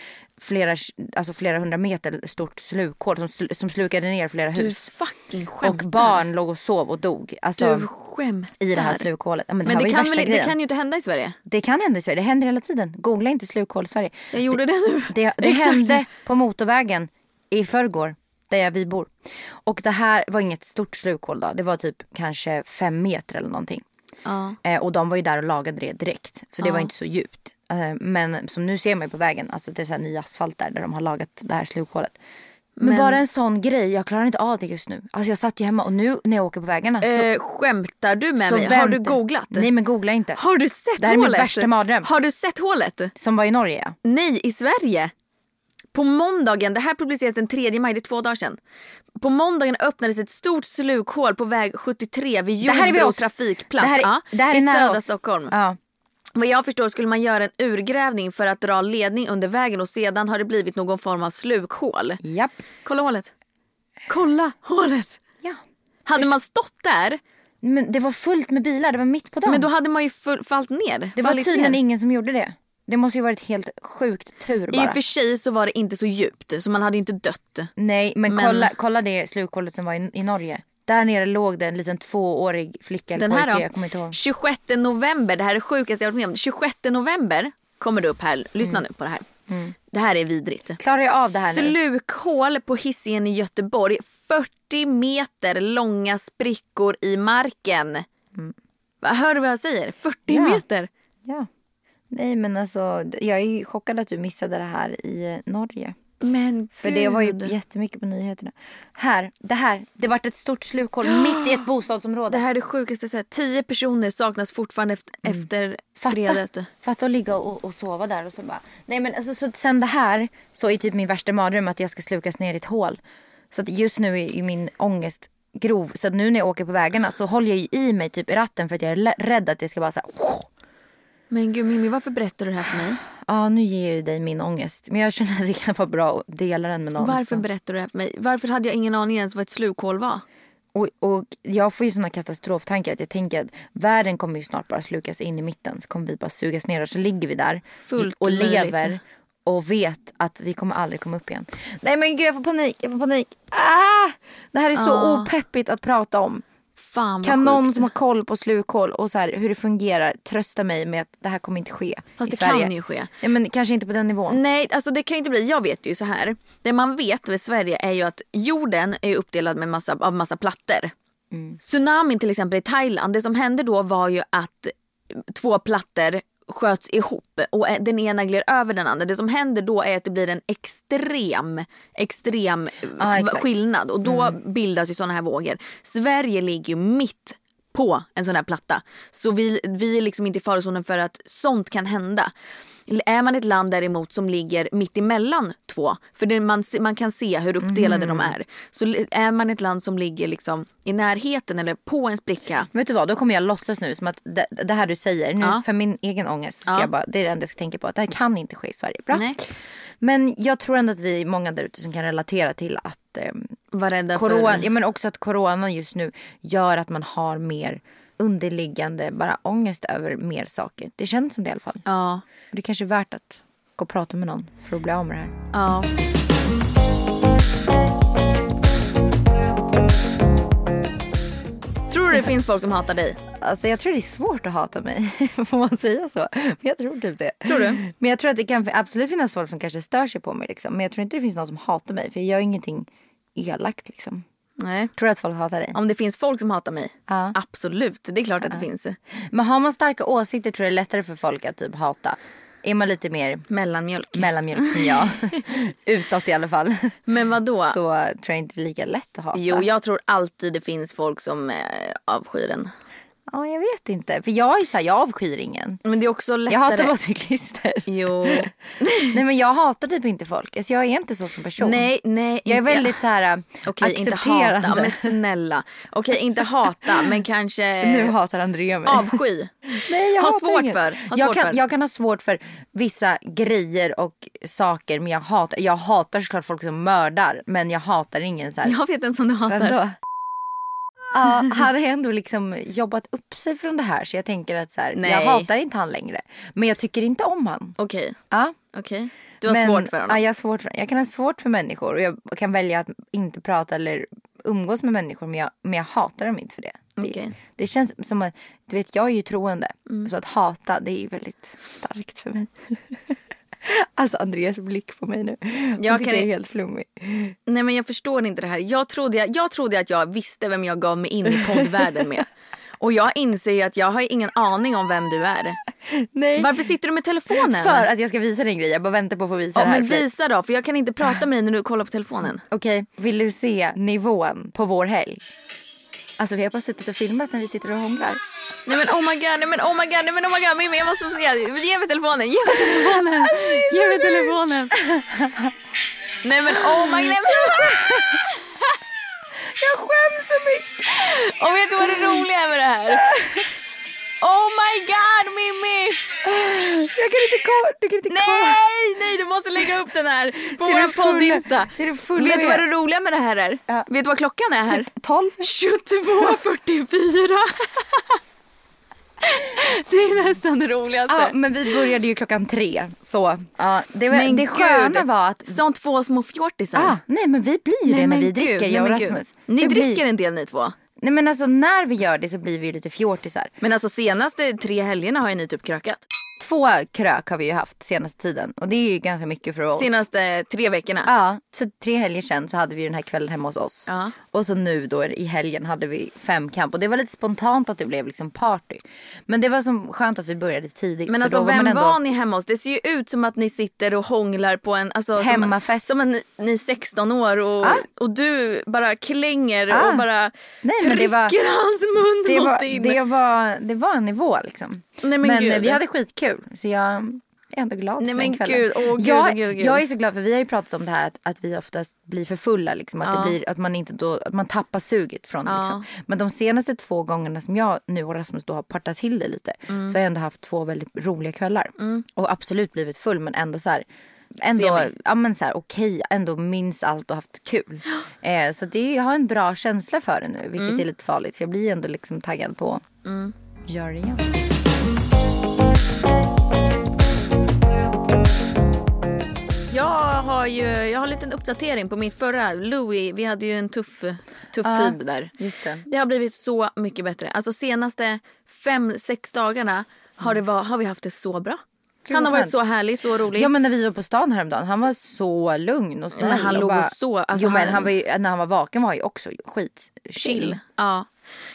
[SPEAKER 1] flera, alltså flera hundra meter stort slukhål som, sl- som slukade ner flera
[SPEAKER 2] Du
[SPEAKER 1] hus.
[SPEAKER 2] fucking
[SPEAKER 1] Och
[SPEAKER 2] skämtar.
[SPEAKER 1] barn låg och sov och dog. Alltså,
[SPEAKER 2] Du skämtar.
[SPEAKER 1] I det här slukhålet. Ja, men det,
[SPEAKER 2] Men det
[SPEAKER 1] här var ju
[SPEAKER 2] kan,
[SPEAKER 1] värsta
[SPEAKER 2] väl, det
[SPEAKER 1] grejen.
[SPEAKER 2] kan ju inte hända i Sverige.
[SPEAKER 1] det kan hända i Sverige. Det händer hela tiden. Googla inte slukhål i Sverige.
[SPEAKER 2] Jag gjorde det nu.
[SPEAKER 1] Det, det
[SPEAKER 2] Exakt.
[SPEAKER 1] hände på motorvägen i förrgår där jag vi bor. Och det här var inget stort slukhål då. Det var typ kanske fem meter eller någonting.
[SPEAKER 2] Ja.
[SPEAKER 1] Eh, och de var ju där och lagade det direkt. Så det var inte så djupt. Eh, men som nu ser man ju på vägen, alltså det är så här ny asfalt där, där de har lagat det här slukhålet. Men, bara en sån grej, jag klarar inte av det just nu. Alltså jag satt ju hemma och nu när jag åker på vägarna så,
[SPEAKER 2] Eh, skämtar du med
[SPEAKER 1] så
[SPEAKER 2] mig? Har
[SPEAKER 1] vänt-
[SPEAKER 2] du googlat?
[SPEAKER 1] Nej men googla inte.
[SPEAKER 2] Har du sett hålet?
[SPEAKER 1] Det här är min värsta mardröm.
[SPEAKER 2] Har du sett hålet?
[SPEAKER 1] Som var i Norge ja.
[SPEAKER 2] Nej, i Sverige. På måndagen, det här publiceras den 3 maj, det är två dagar sedan. På måndagen öppnades ett stort slukhål på väg 73 vid
[SPEAKER 1] Det här är vid
[SPEAKER 2] Jordbro
[SPEAKER 1] oss.
[SPEAKER 2] trafikplats
[SPEAKER 1] Det här är,
[SPEAKER 2] ja,
[SPEAKER 1] det här är
[SPEAKER 2] i
[SPEAKER 1] nära
[SPEAKER 2] södra
[SPEAKER 1] oss.
[SPEAKER 2] Stockholm.
[SPEAKER 1] Ja.
[SPEAKER 2] Vad jag förstår skulle man göra en urgrävning för att dra ledning under vägen och sedan har det blivit någon form av slukhål.
[SPEAKER 1] Japp.
[SPEAKER 2] Kolla hålet. Kolla hålet.
[SPEAKER 1] Ja.
[SPEAKER 2] Hade man stått där,
[SPEAKER 1] Men det var fullt med bilar, det var mitt på dagen.
[SPEAKER 2] men då hade man ju full, fallit ner.
[SPEAKER 1] det var
[SPEAKER 2] fallit
[SPEAKER 1] tydligen
[SPEAKER 2] ner.
[SPEAKER 1] ingen som gjorde det. Det måste ju varit helt sjukt tur
[SPEAKER 2] I
[SPEAKER 1] bara.
[SPEAKER 2] och för sig så var det inte så djupt, så man hade ju inte dött.
[SPEAKER 1] Nej men,
[SPEAKER 2] Men-
[SPEAKER 1] Kolla, kolla det slukhålet som var i, i Norge. Där nere låg det en liten tvåårig flicka eller
[SPEAKER 2] Den
[SPEAKER 1] pojke,
[SPEAKER 2] här då?
[SPEAKER 1] jag kommer inte ihåg.
[SPEAKER 2] 26 november, det här är det sjukaste jag varit med om. 26 november kommer det upp här. Lyssna
[SPEAKER 1] Mm.
[SPEAKER 2] nu på det här. Det här är vidrigt.
[SPEAKER 1] Klarar jag av det här nu?
[SPEAKER 2] Slukhål på Hisingen i Göteborg. 40 meter långa sprickor i marken.
[SPEAKER 1] Mm.
[SPEAKER 2] Va, Hör du vad jag säger? 40 meter!
[SPEAKER 1] Ja. Nej men alltså jag är chockad att du missade det här i eh, Norge.
[SPEAKER 2] Men
[SPEAKER 1] För det var ju
[SPEAKER 2] gud.
[SPEAKER 1] jättemycket på nyheterna. Här, det här. Det vart ett stort slukhål mitt i ett bostadsområde.
[SPEAKER 2] Det här är det sjukaste jag sett. 10 personer saknas fortfarande efter, efter skredet.
[SPEAKER 1] Mm. Fatta, fatta att ligga och, och sova där och så bara. Nej men alltså så, sen det här så är typ min värsta mardröm att jag ska slukas ner i ett hål. Så att just nu är, är min ångest grov. Så att nu när jag åker på vägarna så håller jag ju i mig typ i ratten för att jag är lä- rädd att det ska bara så här.
[SPEAKER 2] Men gud Mimmi, varför berättar du det här för mig?
[SPEAKER 1] Ja nu ger jag ju dig min ångest. Men jag känner att det kan vara bra att dela den med någon.
[SPEAKER 2] Varför
[SPEAKER 1] så.
[SPEAKER 2] berättar du det här för mig? Varför hade jag ingen aning ens vad ett slukhål var?
[SPEAKER 1] Och, och jag får ju såna katastroftankar att jag tänker att världen kommer ju snart bara slukas in i mitten. Så kommer vi bara sugas ner och så ligger vi där
[SPEAKER 2] Fullt
[SPEAKER 1] och
[SPEAKER 2] möjligt.
[SPEAKER 1] lever och vet att vi kommer aldrig komma upp igen. Nej men gud jag får panik, jag får panik. Ah! Det här är så
[SPEAKER 2] Ah.
[SPEAKER 1] opeppigt att prata om.
[SPEAKER 2] Fan vad
[SPEAKER 1] Kan någon
[SPEAKER 2] sjukt.
[SPEAKER 1] som har koll på slukhål och så här, hur det fungerar trösta mig med att det här kommer inte ske
[SPEAKER 2] Fast
[SPEAKER 1] i
[SPEAKER 2] det
[SPEAKER 1] Sverige.
[SPEAKER 2] kan ju ske.
[SPEAKER 1] Ja, men kanske inte på den nivån.
[SPEAKER 2] Nej, alltså det kan ju inte bli. Jag vet ju så här. Det man vet med Sverige är ju att jorden är uppdelad med massa, av massa plattor. Mm. Tsunamin till exempel i Thailand, det som hände då var ju att två plattor sköts ihop och den ena gled över den andra. Det som händer då är att det blir en extrem, extrem
[SPEAKER 1] Ah,
[SPEAKER 2] v-
[SPEAKER 1] exakt.
[SPEAKER 2] skillnad och då bildas ju sådana här vågor. Sverige ligger ju mitt på en sån här platta. Så vi, vi är liksom inte i farozonen för att sånt kan hända. L- Är man ett land däremot som ligger mitt emellan två, för det man, se- man kan se hur uppdelade de är. Så l- är man ett land som ligger liksom i närheten eller på en spricka.
[SPEAKER 1] Vet du vad, då kommer jag låtsas nu som att det, det här du säger, nu
[SPEAKER 2] Ja.
[SPEAKER 1] för min egen ångest, så ska
[SPEAKER 2] Ja.
[SPEAKER 1] jag bara, det är det enda jag ska tänka på. Att det här kan inte ske i Sverige. Bra.
[SPEAKER 2] Nej.
[SPEAKER 1] Men jag tror ändå att vi är många där ute som kan relatera till att eh,
[SPEAKER 2] Var rädda
[SPEAKER 1] corona,
[SPEAKER 2] för...
[SPEAKER 1] ja, men också att corona just nu gör att man har mer underliggande bara ångest över mer saker. Det känns som det i alla fall.
[SPEAKER 2] Ja.
[SPEAKER 1] Det kanske är värt att gå och prata med någon för att bli av med det här.
[SPEAKER 2] ja. Tror du det finns folk som hatar dig.
[SPEAKER 1] Alltså jag tror det är svårt att hata mig. Får man säga så? Men jag tror typ det.
[SPEAKER 2] Tror du?
[SPEAKER 1] Men jag tror att det kan absolut finnas folk som kanske stör sig på mig. Liksom. Men jag tror inte det finns någon som hatar mig. För jag gör ingenting elakt liksom.
[SPEAKER 2] Nej.
[SPEAKER 1] Tror du att folk hatar dig?
[SPEAKER 2] Om det finns folk som hatar mig?
[SPEAKER 1] Ja.
[SPEAKER 2] Absolut, det är klart att det finns.
[SPEAKER 1] Men har man starka åsikter tror jag det är lättare för folk att typ hata. Är man lite mer
[SPEAKER 2] Mellanmjölk.
[SPEAKER 1] mellanmjölk som jag, utåt i alla fall,
[SPEAKER 2] Men vad då?
[SPEAKER 1] så tror jag inte det är lika lätt att hata.
[SPEAKER 2] Jo, jag tror alltid det finns folk som eh, avskyr den.
[SPEAKER 1] Ja, jag vet inte. För jag är ju så här, jag avskyr ingen.
[SPEAKER 2] Men det är också lättare.
[SPEAKER 1] Jag hatar bara cyklister.
[SPEAKER 2] Jo.
[SPEAKER 1] Nej men jag hatar typ inte folk. Alltså, jag är inte så som person.
[SPEAKER 2] nej, nej.
[SPEAKER 1] Jag är
[SPEAKER 2] inte-
[SPEAKER 1] väldigt så här äh,
[SPEAKER 2] Okej, inte hata. Men snälla. Okej, inte hata, men kanske
[SPEAKER 1] nu hatar Andrea mig.
[SPEAKER 2] avsky.
[SPEAKER 1] Nej, jag
[SPEAKER 2] ha
[SPEAKER 1] hatar
[SPEAKER 2] svårt
[SPEAKER 1] inget.
[SPEAKER 2] för. Ha
[SPEAKER 1] jag,
[SPEAKER 2] svårt
[SPEAKER 1] kan,
[SPEAKER 2] för.
[SPEAKER 1] jag kan ha svårt för vissa grejer och saker men jag hatar, jag hatar såklart folk som mördar men jag hatar ingen så här.
[SPEAKER 2] Jag vet en som du hatar.
[SPEAKER 1] Ändå. Ja, han har ändå liksom jobbat upp sig från det här så jag tänker att så här, jag
[SPEAKER 2] Nej.
[SPEAKER 1] hatar inte han längre. Men jag tycker inte om han.
[SPEAKER 2] Okej,
[SPEAKER 1] Ja,
[SPEAKER 2] okej. Du har
[SPEAKER 1] men-
[SPEAKER 2] svårt för honom.
[SPEAKER 1] Ja, jag, har svårt för, jag kan ha svårt för människor och jag kan välja att inte prata eller umgås med människor men jag, men jag hatar dem inte för det. Det,
[SPEAKER 2] Okej. Mm.
[SPEAKER 1] det känns som att, du vet jag är ju troende så att hata det är ju väldigt starkt för mig. alltså Andreas blick på mig nu. Hon
[SPEAKER 2] Jag
[SPEAKER 1] tycker
[SPEAKER 2] kan-
[SPEAKER 1] jag är helt flummig.
[SPEAKER 2] Nej men jag förstår inte det här. Jag trodde, jag, jag trodde att jag visste vem jag gav mig in i poddvärlden med. Och jag inser ju att jag har ingen aning om vem du är.
[SPEAKER 1] Nej.
[SPEAKER 2] Varför sitter du med telefonen?
[SPEAKER 1] För att jag ska visa dig en grej. Jag bara väntar på att få visa
[SPEAKER 2] ja,
[SPEAKER 1] det här.
[SPEAKER 2] men
[SPEAKER 1] för dig.
[SPEAKER 2] visa då, för jag kan inte prata med dig när du kollar på telefonen.
[SPEAKER 1] Okej, vill du se nivån på vår helg? Alltså vi har bara suttit och filmat när vi sitter och hånglar.
[SPEAKER 2] Nej men oh my god, nej men oh my god, nej men oh my god, Mimmi jag måste säga, ge mig telefonen, ge mig telefonen, ge mig telefonen. Nej men oh my nej men
[SPEAKER 1] Jag skäms så mycket!
[SPEAKER 2] och vet du vad det roliga är med det här? Oh my god Mimmi!
[SPEAKER 1] Jag kan inte kolla. Du kan inte kolla.
[SPEAKER 2] Nej, nej du måste lägga upp den här på
[SPEAKER 1] Ser
[SPEAKER 2] vår
[SPEAKER 1] du fulla-
[SPEAKER 2] poddinsta.
[SPEAKER 1] ser du fulla
[SPEAKER 2] Vet du vad
[SPEAKER 1] med?
[SPEAKER 2] det roliga med det här är?
[SPEAKER 1] Ja.
[SPEAKER 2] Vet du vad klockan är Typ här?
[SPEAKER 1] 12?
[SPEAKER 2] 22.44. Det är nästan det roligaste.
[SPEAKER 1] Ja, men vi började ju klockan tre. Så ja, det, var,
[SPEAKER 2] Men
[SPEAKER 1] det sköna
[SPEAKER 2] gud,
[SPEAKER 1] var att...
[SPEAKER 2] Som två små fjortisar.
[SPEAKER 1] Ah, nej men vi blir ju det när
[SPEAKER 2] men
[SPEAKER 1] vi
[SPEAKER 2] gud,
[SPEAKER 1] dricker,
[SPEAKER 2] nej
[SPEAKER 1] jag och
[SPEAKER 2] men gud.
[SPEAKER 1] Rasmus.
[SPEAKER 2] Ni
[SPEAKER 1] Det blir-
[SPEAKER 2] dricker en del ni två.
[SPEAKER 1] Nej men alltså när vi gör det så blir vi ju lite fjortisar.
[SPEAKER 2] Men alltså senaste tre helgerna har ju ni typ krökat.
[SPEAKER 1] Två krök har vi ju haft senaste tiden och det är ju ganska mycket för oss.
[SPEAKER 2] Senaste tre veckorna.
[SPEAKER 1] Ja, för tre helger sedan så hade vi ju den här kvällen hemma hos oss.
[SPEAKER 2] Ja.
[SPEAKER 1] Och så nu då i helgen hade vi femkamp och det var lite spontant att det blev liksom party. Men det var som skönt att vi började tidigt.
[SPEAKER 2] Men
[SPEAKER 1] för
[SPEAKER 2] alltså
[SPEAKER 1] då var man
[SPEAKER 2] vem
[SPEAKER 1] ändå...
[SPEAKER 2] var ni hemma hos? Det ser ju ut som att ni sitter och hånglar på en... Alltså, som-
[SPEAKER 1] Hemmafest.
[SPEAKER 2] Som att ni, ni är 16 år och,
[SPEAKER 1] Ah.
[SPEAKER 2] och du bara klänger
[SPEAKER 1] Ah.
[SPEAKER 2] och bara
[SPEAKER 1] Nej, men det
[SPEAKER 2] trycker hans mun
[SPEAKER 1] det
[SPEAKER 2] mot
[SPEAKER 1] var,
[SPEAKER 2] din.
[SPEAKER 1] det, var, det var en nivå liksom.
[SPEAKER 2] Nej, men
[SPEAKER 1] men
[SPEAKER 2] gud.
[SPEAKER 1] eh, vi hade skitkul så jag är ändå glad
[SPEAKER 2] Nej,
[SPEAKER 1] för
[SPEAKER 2] men
[SPEAKER 1] den kvällen.
[SPEAKER 2] gud. Åh, gud,
[SPEAKER 1] jag,
[SPEAKER 2] gud, gud.
[SPEAKER 1] jag är så glad för vi har ju pratat om det här att, att vi oftast blir för fulla. Liksom, att,
[SPEAKER 2] Ja.
[SPEAKER 1] det blir, att, man inte då, att man tappar suget från det.
[SPEAKER 2] Ja.
[SPEAKER 1] Liksom. Men de senaste två gångerna som jag nu och Rasmus då har partat till det lite så har jag ändå haft två väldigt roliga kvällar. Och absolut blivit full men ändå så här Ändå,
[SPEAKER 2] Semi.
[SPEAKER 1] ja, men så här, okej, ändå minns allt och haft kul. Eh, så det, jag har en bra känsla för det nu, vilket är lite farligt för jag blir ändå liksom taggad på att göra det igen.
[SPEAKER 2] Jag har ju jag har en liten uppdatering på min förra. Louis, vi hade ju en tuff, tuff
[SPEAKER 1] Ja,
[SPEAKER 2] tid där.
[SPEAKER 1] just det.
[SPEAKER 2] har blivit så mycket bättre. Alltså senaste fem, sex dagarna har, det var, har vi haft det så bra. han har
[SPEAKER 1] vad
[SPEAKER 2] varit så härlig, så rolig.
[SPEAKER 1] Ja men när vi var på stan häromdagen, han var så lugn och snäll.
[SPEAKER 2] Men han
[SPEAKER 1] och
[SPEAKER 2] låg och sov. Alltså,
[SPEAKER 1] jo men
[SPEAKER 2] han-
[SPEAKER 1] han var ju, när han var vaken var han ju också skit
[SPEAKER 2] chill. Ja.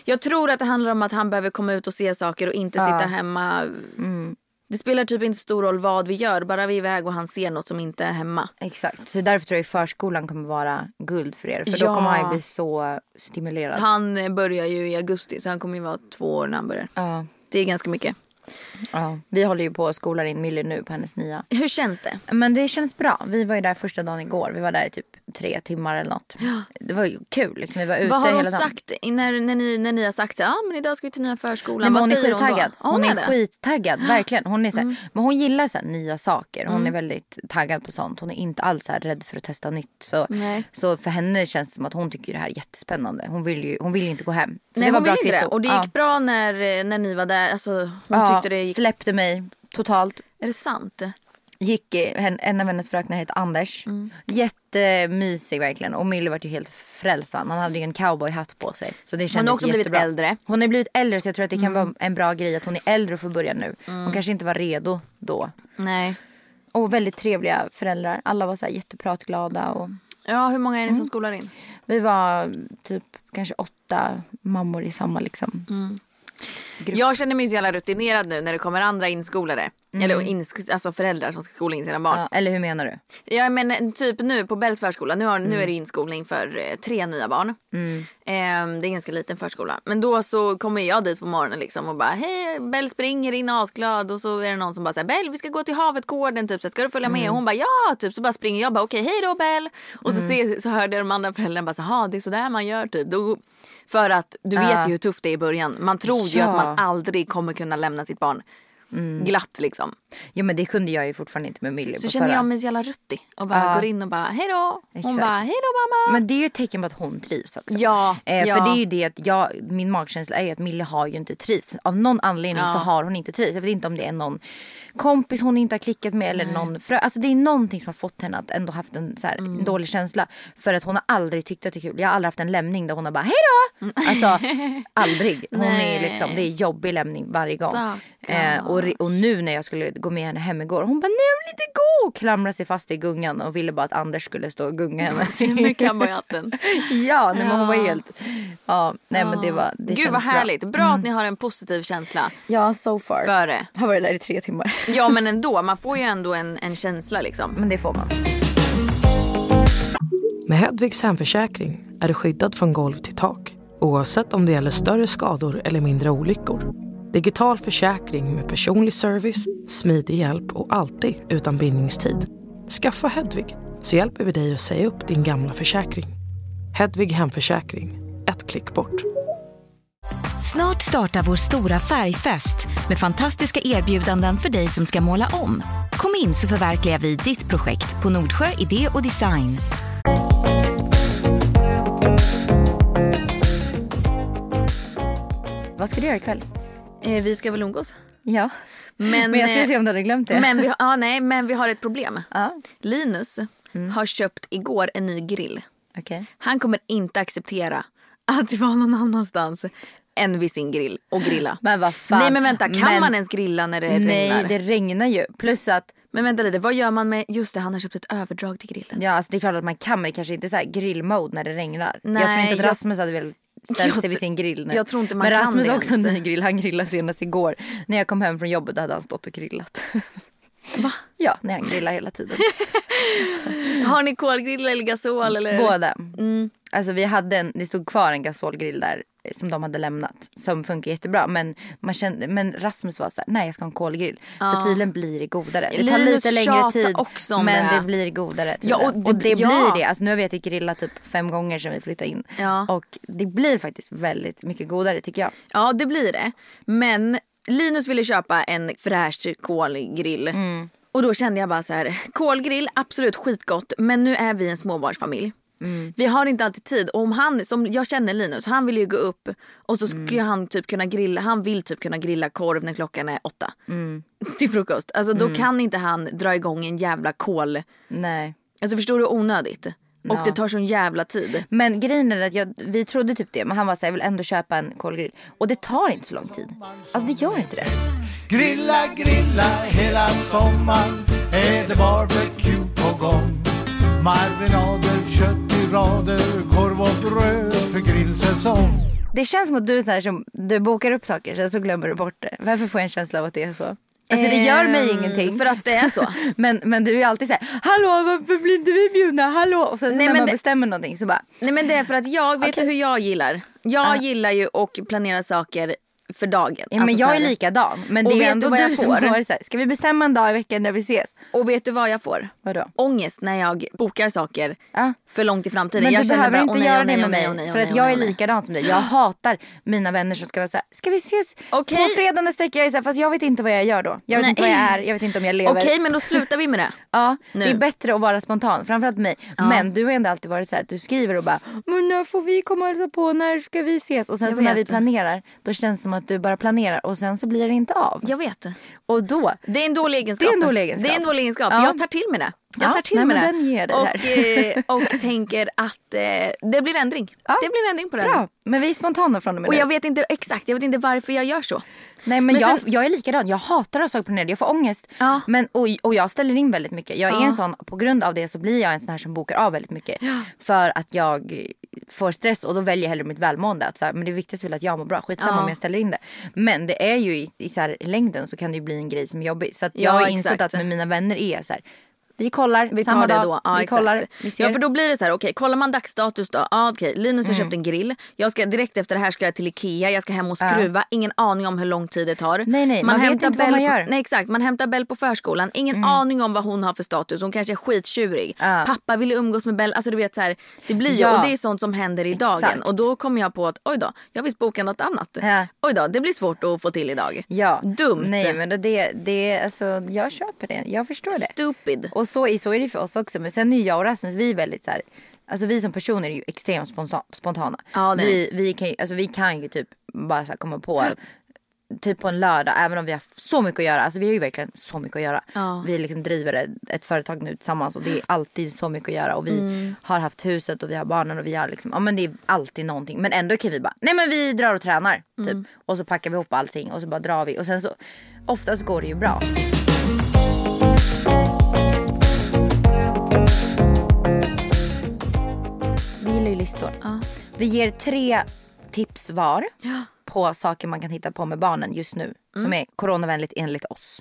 [SPEAKER 2] Jag tror att det handlar om att han behöver komma ut och se saker och inte sitta hemma. Det spelar typ inte stor roll vad vi gör, bara vi är iväg och han ser något som inte är hemma.
[SPEAKER 1] Exakt, så därför tror jag förskolan kommer vara guld för er. För då
[SPEAKER 2] Ja.
[SPEAKER 1] kommer han ju bli så stimulerad.
[SPEAKER 2] Han eh, börjar ju i augusti så han kommer ju vara två år när han börjar.
[SPEAKER 1] Ja,
[SPEAKER 2] Det är ganska mycket.
[SPEAKER 1] ja. Vi håller ju på att skola in Millie nu på hennes nya.
[SPEAKER 2] Hur känns det?
[SPEAKER 1] Men det känns bra. Vi var ju där första dagen igår. Vi var där i typ tre timmar eller något. Det var ju kul liksom. Vi var ute
[SPEAKER 2] Vad har hon
[SPEAKER 1] hela dagen.
[SPEAKER 2] sagt i- när, när, ni, när ni har sagt så, ja men idag ska vi till nya förskolan.
[SPEAKER 1] Nej, men
[SPEAKER 2] Vad
[SPEAKER 1] hon är
[SPEAKER 2] säger hon då?
[SPEAKER 1] skittaggad.
[SPEAKER 2] Ja,
[SPEAKER 1] Hon, är
[SPEAKER 2] det. Mm.
[SPEAKER 1] skittaggad, verkligen. Hon är så här, Men hon gillar så här, nya saker. Hon är väldigt taggad på sånt. Hon är inte alls så här, rädd för att testa nytt. Så,
[SPEAKER 2] Nej.
[SPEAKER 1] så för henne känns det som att hon tycker det här är jättespännande. Hon vill ju, hon vill ju inte gå hem. Så
[SPEAKER 2] Nej,
[SPEAKER 1] det var
[SPEAKER 2] hon
[SPEAKER 1] bra
[SPEAKER 2] vill inte det.
[SPEAKER 1] kvitto.
[SPEAKER 2] Och det gick
[SPEAKER 1] Ja.
[SPEAKER 2] bra när, när ni var där. Alltså, hon
[SPEAKER 1] Ja,
[SPEAKER 2] tyckte det gick...
[SPEAKER 1] Släppte mig totalt.
[SPEAKER 2] Är det sant?
[SPEAKER 1] gick i- en, en av hennes fröknar hette Anders.
[SPEAKER 2] Mm.
[SPEAKER 1] Jättemysig verkligen. Och Milly var ju helt frälst. Han hade ju en cowboyhatt på sig. Så det kändes
[SPEAKER 2] också blivit
[SPEAKER 1] jättebra.
[SPEAKER 2] äldre. Mm.
[SPEAKER 1] Hon har blivit äldre så jag tror att det kan vara en bra grej att hon är äldre och får börja nu. Hon kanske inte var redo då.
[SPEAKER 2] Nej.
[SPEAKER 1] Och väldigt trevliga föräldrar. Alla var så här jättepratglada. Och
[SPEAKER 2] Ja, hur många är ni som skolar in?
[SPEAKER 1] vi var typ kanske åtta mammor i samma liksom.
[SPEAKER 2] Mm. Jag känner mig så jävla rutinerad nu när det kommer andra inskolade. Eller insk- alltså föräldrar som ska skola in sina barn.
[SPEAKER 1] Ja, eller hur menar du?
[SPEAKER 2] Ja men typ nu på Bells förskola, nu, har, nu är det inskolning för eh, tre nya barn. Ehm, det är en ganska liten förskola. Men då så kommer jag dit på morgonen liksom och bara hej Bell springer in asglad och så är det någon som bara säger Bell vi ska gå till Havetgården typ så här, ska du följa med? Och hon bara ja typ så bara springer jag bara okej hej då Bell. Och så, ser, så hörde jag de andra föräldrarna bara så här, "Ha, det är sådär man gör typ. Då, för att du vet ju hur tufft det är i början. Man tror ju
[SPEAKER 1] Ja.
[SPEAKER 2] att man aldrig kommer kunna lämna sitt barn glatt liksom.
[SPEAKER 1] Jo men det kunde jag ju fortfarande inte med Milly.
[SPEAKER 2] Så
[SPEAKER 1] på
[SPEAKER 2] känner
[SPEAKER 1] förra.
[SPEAKER 2] jag mig så jävla ruttig och bara går in och bara hej då. Hon
[SPEAKER 1] Exakt.
[SPEAKER 2] bara hej då mamma.
[SPEAKER 1] Men det är ju ett tecken på att hon trivs också.
[SPEAKER 2] Ja,
[SPEAKER 1] eh,
[SPEAKER 2] ja.
[SPEAKER 1] För det är ju det att jag, min magkänsla är ju att Mille har ju inte trivs. Av någon anledning så har hon inte trivs. Jag vet inte om det är någon kompis hon inte har klickat med eller någon frö. Alltså det är någonting som har fått henne att ändå haft en så här,
[SPEAKER 2] Mm.
[SPEAKER 1] dålig känsla. För att hon har aldrig tyckt att det är kul. Jag har aldrig haft en lämning där hon har bara hejdå.
[SPEAKER 2] Mm.
[SPEAKER 1] Alltså aldrig. Hon är ju liksom, det är jobbig lämning varje gång.
[SPEAKER 2] Stackarn.
[SPEAKER 1] Eh, och, re- och nu när jag skulle gå med henne hem igår. Hon bara nej jag vill inte gå. Och klamrade sig fast i gungan och ville bara att Anders skulle stå och gunga henne.
[SPEAKER 2] Med cowboyhatten.
[SPEAKER 1] Ja, nej, men hon var helt... Ja, nej men det var... Det
[SPEAKER 2] Gud
[SPEAKER 1] kändes
[SPEAKER 2] vad
[SPEAKER 1] bra. Mm.
[SPEAKER 2] härligt. Bra, att ni har en positiv känsla
[SPEAKER 1] Ja, so far.
[SPEAKER 2] för det.
[SPEAKER 1] Har varit där i tre timmar.
[SPEAKER 2] Ja men ändå, man får ju ändå en, en känsla liksom.
[SPEAKER 1] Men det får man.
[SPEAKER 3] Med Hedvigs hemförsäkring är du skyddad från golv till tak oavsett om det gäller större skador eller mindre olyckor. Digital försäkring med personlig service, smidig hjälp och alltid utan bindningstid. Skaffa Hedvig så hjälper vi dig att säga upp din gamla försäkring. Hedvig hemförsäkring, ett klick bort.
[SPEAKER 4] Snart startar vår stora färgfest med fantastiska erbjudanden för dig som ska måla om. Kom in så förverkligar vi ditt projekt på Nordsjö Idé och Design.
[SPEAKER 1] Vad ska du göra ikväll?
[SPEAKER 2] Eh, vi ska väl umgås.
[SPEAKER 1] Ja.
[SPEAKER 2] Men,
[SPEAKER 1] Men jag skulle
[SPEAKER 2] eh,
[SPEAKER 1] se om du hade glömt det.
[SPEAKER 2] men, vi, har- ja, nej, men vi har ett problem.
[SPEAKER 1] Ja. Mm.
[SPEAKER 2] Linus har köpt igår en ny grill.
[SPEAKER 1] Okej.
[SPEAKER 2] Han kommer inte acceptera att vara någon annanstans än vid sin grill och grilla.
[SPEAKER 1] Men vad fan.
[SPEAKER 2] Nej men vänta, kan
[SPEAKER 1] Men-
[SPEAKER 2] man ens grilla när det
[SPEAKER 1] Nej,
[SPEAKER 2] regnar?
[SPEAKER 1] det regnar ju. Plus att...
[SPEAKER 2] Men vänta lite, vad gör man med... Just det, han har köpt ett överdrag till grillen.
[SPEAKER 1] Ja, alltså det är klart att man kan men det kanske inte är så här grillmode när det regnar. jag tror
[SPEAKER 2] Nej,
[SPEAKER 1] inte att
[SPEAKER 2] jag-
[SPEAKER 1] Rasmus hade velat ställa
[SPEAKER 2] Jag
[SPEAKER 1] sig vid
[SPEAKER 2] tr-
[SPEAKER 1] sin grill nu.
[SPEAKER 2] jag tror inte man
[SPEAKER 1] men
[SPEAKER 2] kan
[SPEAKER 1] Rasmus
[SPEAKER 2] det
[SPEAKER 1] har också en
[SPEAKER 2] ens.
[SPEAKER 1] ny grill. Han grillade senast igår. När jag kom hem från jobbet då hade han stått och grillat. Va? Ja, när han grillar hela tiden.
[SPEAKER 2] Har ni kolgrill eller gasol? Eller? Mm.
[SPEAKER 1] Båda. Alltså vi hade en, det stod kvar en gasolgrill där eh, som de hade lämnat. Som funkar jättebra. Men, man kände, men Rasmus var såhär, nej jag ska ha en kolgrill. För tydligen blir det godare. Det tar
[SPEAKER 2] Linus
[SPEAKER 1] lite längre
[SPEAKER 2] tjatar
[SPEAKER 1] tid.
[SPEAKER 2] också om
[SPEAKER 1] men
[SPEAKER 2] det.
[SPEAKER 1] det. blir godare.
[SPEAKER 2] Ja,
[SPEAKER 1] tydligen.
[SPEAKER 2] och det-
[SPEAKER 1] och det
[SPEAKER 2] ja.
[SPEAKER 1] blir det. Alltså, nu har vi ätit grilla typ fem gånger sedan vi flyttade in.
[SPEAKER 2] Ja.
[SPEAKER 1] Och det blir faktiskt väldigt mycket godare tycker jag.
[SPEAKER 2] Ja, det blir det. Men Linus ville köpa en fräsch kolgrill. Och då kände jag bara så här, kolgrill, absolut skitgott. Men nu är vi en småbarnsfamilj. Vi har inte alltid tid. Och om han, som jag känner Linus, han vill ju gå upp och så skulle han typ kunna grilla, han vill typ kunna grilla korv när klockan är åtta. Till frukost. Alltså då kan inte han dra igång en jävla kol.
[SPEAKER 1] Nej.
[SPEAKER 2] Alltså förstår du, onödigt. Och det tar sån jävla tid.
[SPEAKER 1] Men grejen är att jag, vi trodde typ det men han var såhär jag vill ändå köpa en kolgrill. Och det tar inte så lång tid. Alltså det gör inte det.
[SPEAKER 6] Grilla, grilla hela sommaren är det barbecue på gång. Marinader, kött i rader, korv och bröd för grillsäsong.
[SPEAKER 1] Det känns som att du, är sån här som, du bokar upp saker sen så glömmer du bort det. Varför får jag en känsla av att det är så? Alltså det gör mig
[SPEAKER 2] Ehm,
[SPEAKER 1] ingenting.
[SPEAKER 2] För att det är så.
[SPEAKER 1] men, men du är alltid såhär, hallå varför blir inte vi bjudna? Hallå! Och sen så
[SPEAKER 2] Nej,
[SPEAKER 1] när
[SPEAKER 2] men
[SPEAKER 1] man
[SPEAKER 2] det-
[SPEAKER 1] bestämmer någonting så bara,
[SPEAKER 2] Nej men det är för att jag, vet du hur jag gillar? Jag gillar ju och planera saker för dagen.
[SPEAKER 1] ja, men
[SPEAKER 2] Alltså så
[SPEAKER 1] jag
[SPEAKER 2] här.
[SPEAKER 1] är likadan. Men
[SPEAKER 2] Och
[SPEAKER 1] det
[SPEAKER 2] vet
[SPEAKER 1] är ändå
[SPEAKER 2] du vad jag
[SPEAKER 1] du som
[SPEAKER 2] får?
[SPEAKER 1] har så här, ska vi bestämma en dag i veckan när vi ses?
[SPEAKER 2] Och vet du vad jag får?
[SPEAKER 1] Vadå?
[SPEAKER 2] Ångest när jag bokar saker
[SPEAKER 1] Ja.
[SPEAKER 2] för långt i framtiden.
[SPEAKER 1] Men
[SPEAKER 2] jag
[SPEAKER 1] du
[SPEAKER 2] känner
[SPEAKER 1] behöver
[SPEAKER 2] bara,
[SPEAKER 1] inte
[SPEAKER 2] "Åh, nej,
[SPEAKER 1] göra
[SPEAKER 2] åh, nej,
[SPEAKER 1] det
[SPEAKER 2] åh,
[SPEAKER 1] med
[SPEAKER 2] nej,
[SPEAKER 1] mig.
[SPEAKER 2] åh, nej, åh,
[SPEAKER 1] för att
[SPEAKER 2] nej,
[SPEAKER 1] jag
[SPEAKER 2] åh,
[SPEAKER 1] är
[SPEAKER 2] nej."
[SPEAKER 1] likadan som dig. Jag hatar mina vänner som ska vara såhär, ska vi ses
[SPEAKER 2] Okej.
[SPEAKER 1] på fredag nästa vecka? Jag är så här, fast jag vet inte vad jag gör då. Jag vet
[SPEAKER 2] Nej.
[SPEAKER 1] inte vad jag är, jag vet inte om jag lever.
[SPEAKER 2] Okej men då slutar vi med det.
[SPEAKER 1] Ja,
[SPEAKER 2] Nu.
[SPEAKER 1] det är bättre att vara spontan. Framförallt mig. Men du har ändå alltid varit så här att du skriver och bara Men när får vi komma och hälsa på? När ska vi ses? Och sen
[SPEAKER 2] Jag
[SPEAKER 1] så när vi
[SPEAKER 2] vet.
[SPEAKER 1] planerar då känns det som som att du bara planerar och sen så blir det inte av.
[SPEAKER 2] Jag vet.
[SPEAKER 1] Och då,
[SPEAKER 2] Det är en dålig egenskap.
[SPEAKER 1] Det är en dålig egenskap.
[SPEAKER 2] Det är en dålig egenskap.
[SPEAKER 1] Ja.
[SPEAKER 2] Jag tar till mig det. Jag
[SPEAKER 1] Ja,
[SPEAKER 2] tar till
[SPEAKER 1] nej,
[SPEAKER 2] mig
[SPEAKER 1] men
[SPEAKER 2] det.
[SPEAKER 1] den ger dig där.
[SPEAKER 2] och, eh, och tänker att eh, det blir ändring.
[SPEAKER 1] Ja.
[SPEAKER 2] Det blir ändring på det. här.
[SPEAKER 1] bra. Men vi är spontana från och med
[SPEAKER 2] Och
[SPEAKER 1] nu.
[SPEAKER 2] jag vet inte exakt, jag vet inte varför jag gör så.
[SPEAKER 1] Nej men,
[SPEAKER 2] Men
[SPEAKER 1] jag,
[SPEAKER 2] sen-
[SPEAKER 1] jag är likadan, jag hatar att ha saker planerade, jag får ångest.
[SPEAKER 2] Ja.
[SPEAKER 1] Men, och, och jag ställer in väldigt mycket. Jag är
[SPEAKER 2] Ja.
[SPEAKER 1] en sån, på grund av det så blir jag en sån här som bokar av väldigt mycket. För att jag får stress och då väljer jag hellre mitt välmående. Att så här, men det viktigaste är väl att jag mår bra, skitsamma
[SPEAKER 2] Ja.
[SPEAKER 1] om jag ställer in det. Men det är ju i, i så här, längden så kan det ju bli en grej som är jobbig. Så att jag
[SPEAKER 2] Ja,
[SPEAKER 1] har insett
[SPEAKER 2] exakt.
[SPEAKER 1] att med mina vänner är så här, vi kollar
[SPEAKER 2] Vi tar
[SPEAKER 1] samma
[SPEAKER 2] det
[SPEAKER 1] dag,
[SPEAKER 2] då. Ja,
[SPEAKER 1] vi
[SPEAKER 2] exakt.
[SPEAKER 1] kollar, vi ser. Mm.
[SPEAKER 2] Ja, för då blir det så här, okej, kollar man dagsstatus då? Ja, okej, Linus har köpt en grill. Jag ska direkt efter det här ska jag till Ikea, jag ska hem och skruva. Ingen aning om hur lång tid det tar.
[SPEAKER 1] Nej, nej, man vet
[SPEAKER 2] hämtar
[SPEAKER 1] inte vad man gör. Mm.
[SPEAKER 2] Nej, exakt. Man hämtar Bell på förskolan. Ingen aning om vad hon har för status. Hon kanske är skittjurig.
[SPEAKER 1] Ja.
[SPEAKER 2] Pappa vill ju umgås med Bell. Alltså du vet så här, det blir ju,
[SPEAKER 1] Ja.
[SPEAKER 2] och det är sånt som händer i dagen.
[SPEAKER 1] Exakt.
[SPEAKER 2] Och då kommer jag på att, oj då, jag vill boka något annat.
[SPEAKER 1] Ja.
[SPEAKER 2] Oj då, det blir svårt att få till idag.
[SPEAKER 1] Ja.
[SPEAKER 2] Dumt.
[SPEAKER 1] Nej men det- det, det, alltså, jag köper det, jag förstår det.
[SPEAKER 2] Stupid.
[SPEAKER 1] Och så, är- så är det för oss också. Men sen är jag och Rasmus, vi är väldigt så här. Alltså vi som personer är ju extremt sponsa- spontana.
[SPEAKER 2] Ja, det är
[SPEAKER 1] vi, vi, kan ju, alltså vi kan ju typ bara så här komma på, typ på en lördag, även om vi har så mycket att göra. Alltså vi har ju verkligen så mycket att göra.
[SPEAKER 2] Ja.
[SPEAKER 1] Vi liksom driver ett, ett företag nu tillsammans och det är alltid så mycket att göra. Och vi
[SPEAKER 2] Mm.
[SPEAKER 1] har haft huset och vi har barnen och vi har liksom, ja men det är alltid någonting. Men ändå kan vi bara, nej men vi drar och tränar. Typ.
[SPEAKER 2] Mm.
[SPEAKER 1] Och så packar vi ihop allting och så bara drar vi. Och sen så, oftast går det ju bra. Vi gillar ju listor. Vi ger tre tips var på saker man kan hitta på med barnen just nu. Som
[SPEAKER 2] Mm.
[SPEAKER 1] är coronavänligt enligt oss.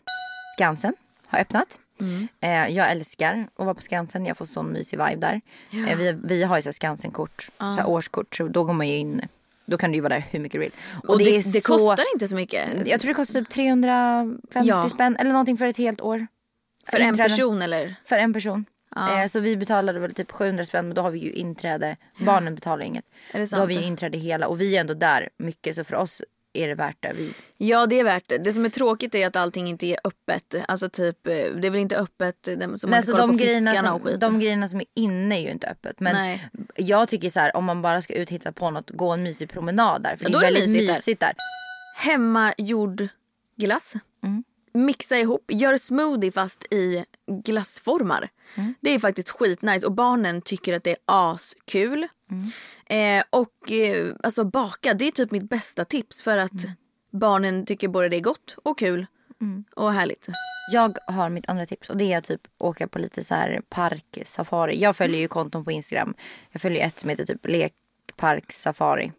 [SPEAKER 1] Skansen har öppnat.
[SPEAKER 2] Mm.
[SPEAKER 1] Eh, jag älskar att vara på Skansen. Jag får sån mysig vibe där. Eh, vi, vi har ju så här Skansen-kort, så här årskort. Så då går man ju in. Då kan du ju vara där hur mycket du vill. Och,
[SPEAKER 2] Och det, det,
[SPEAKER 1] är så...
[SPEAKER 2] kostar inte så Mm, mycket.
[SPEAKER 1] Jag tror det kostar typ 350
[SPEAKER 2] Ja.
[SPEAKER 1] spänn eller någonting för ett helt år.
[SPEAKER 2] För en
[SPEAKER 1] Inträden.
[SPEAKER 2] person eller?
[SPEAKER 1] För en person. Eh, så vi betalade väl typ 700 spänn men då har vi ju inträde. Barnen betalar inget.
[SPEAKER 2] Är det
[SPEAKER 1] Då har
[SPEAKER 2] sant?
[SPEAKER 1] vi ju inträde hela och vi är ändå där mycket så för oss är det värt det. Vi,
[SPEAKER 2] Ja det är värt det. Det som är tråkigt är att allting inte är öppet. Alltså typ, eh, det är väl inte öppet eh, dem- så man
[SPEAKER 1] Nej,
[SPEAKER 2] kan
[SPEAKER 1] så
[SPEAKER 2] kolla på
[SPEAKER 1] de
[SPEAKER 2] fiskarna
[SPEAKER 1] grejerna, som,
[SPEAKER 2] och skit.
[SPEAKER 1] de grejerna som är inne är ju inte öppet. Men
[SPEAKER 2] Nej.
[SPEAKER 1] jag tycker så här om man bara ska ut hitta på något, gå en mysig promenad där. För
[SPEAKER 2] Ja,
[SPEAKER 1] det
[SPEAKER 2] då
[SPEAKER 1] är
[SPEAKER 2] är det
[SPEAKER 1] väldigt
[SPEAKER 2] mysigt där.
[SPEAKER 1] mysigt, där.
[SPEAKER 2] Hemmagjord glass. Mixa ihop, gör smoothie fast i glassformar. Det är faktiskt skitnice och barnen tycker att det är askul. Eh, och eh, alltså baka, det är typ mitt bästa tips för att barnen tycker både det är gott och kul och härligt. Eh,
[SPEAKER 1] Jag har mitt andra tips och det är typ åka på lite så här parksafari. Jag följer
[SPEAKER 2] Mm.
[SPEAKER 1] ju konton på Instagram. Jag följer ett som heter typ lekparksafari.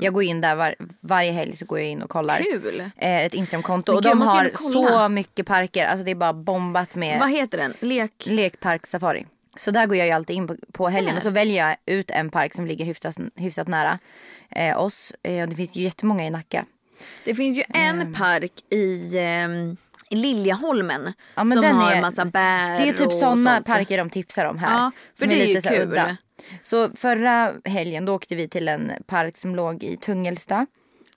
[SPEAKER 1] Jag går in där var, varje helg så går jag in och kollar.
[SPEAKER 2] Mm. Kul.
[SPEAKER 1] Eh, ett Instagramkonto
[SPEAKER 2] Men
[SPEAKER 1] och
[SPEAKER 2] gud,
[SPEAKER 1] de
[SPEAKER 2] måste jag
[SPEAKER 1] har
[SPEAKER 2] ändå kolla.
[SPEAKER 1] så mycket parker. Alltså det är bara bombat med
[SPEAKER 2] Vad heter den? Lek...
[SPEAKER 1] lekparksafari. Så där går jag ju alltid in på, på helgen
[SPEAKER 2] Där.
[SPEAKER 1] och så väljer jag ut en park som ligger hyfsat, hyfsat nära eh, oss. Eh, det finns ju jättemånga i Nacka.
[SPEAKER 2] Det finns ju
[SPEAKER 1] Ehm.
[SPEAKER 2] en park i ehm, i Liljeholmen
[SPEAKER 1] Ja, men
[SPEAKER 2] som
[SPEAKER 1] den
[SPEAKER 2] har
[SPEAKER 1] är-
[SPEAKER 2] massa bär
[SPEAKER 1] Det är typ
[SPEAKER 2] och
[SPEAKER 1] såna
[SPEAKER 2] sånt.
[SPEAKER 1] parker de tipsar om här.
[SPEAKER 2] Ja, för
[SPEAKER 1] som
[SPEAKER 2] det är ju
[SPEAKER 1] här
[SPEAKER 2] kul.
[SPEAKER 1] Så förra helgen då åkte vi till en park som låg i Tungelsta.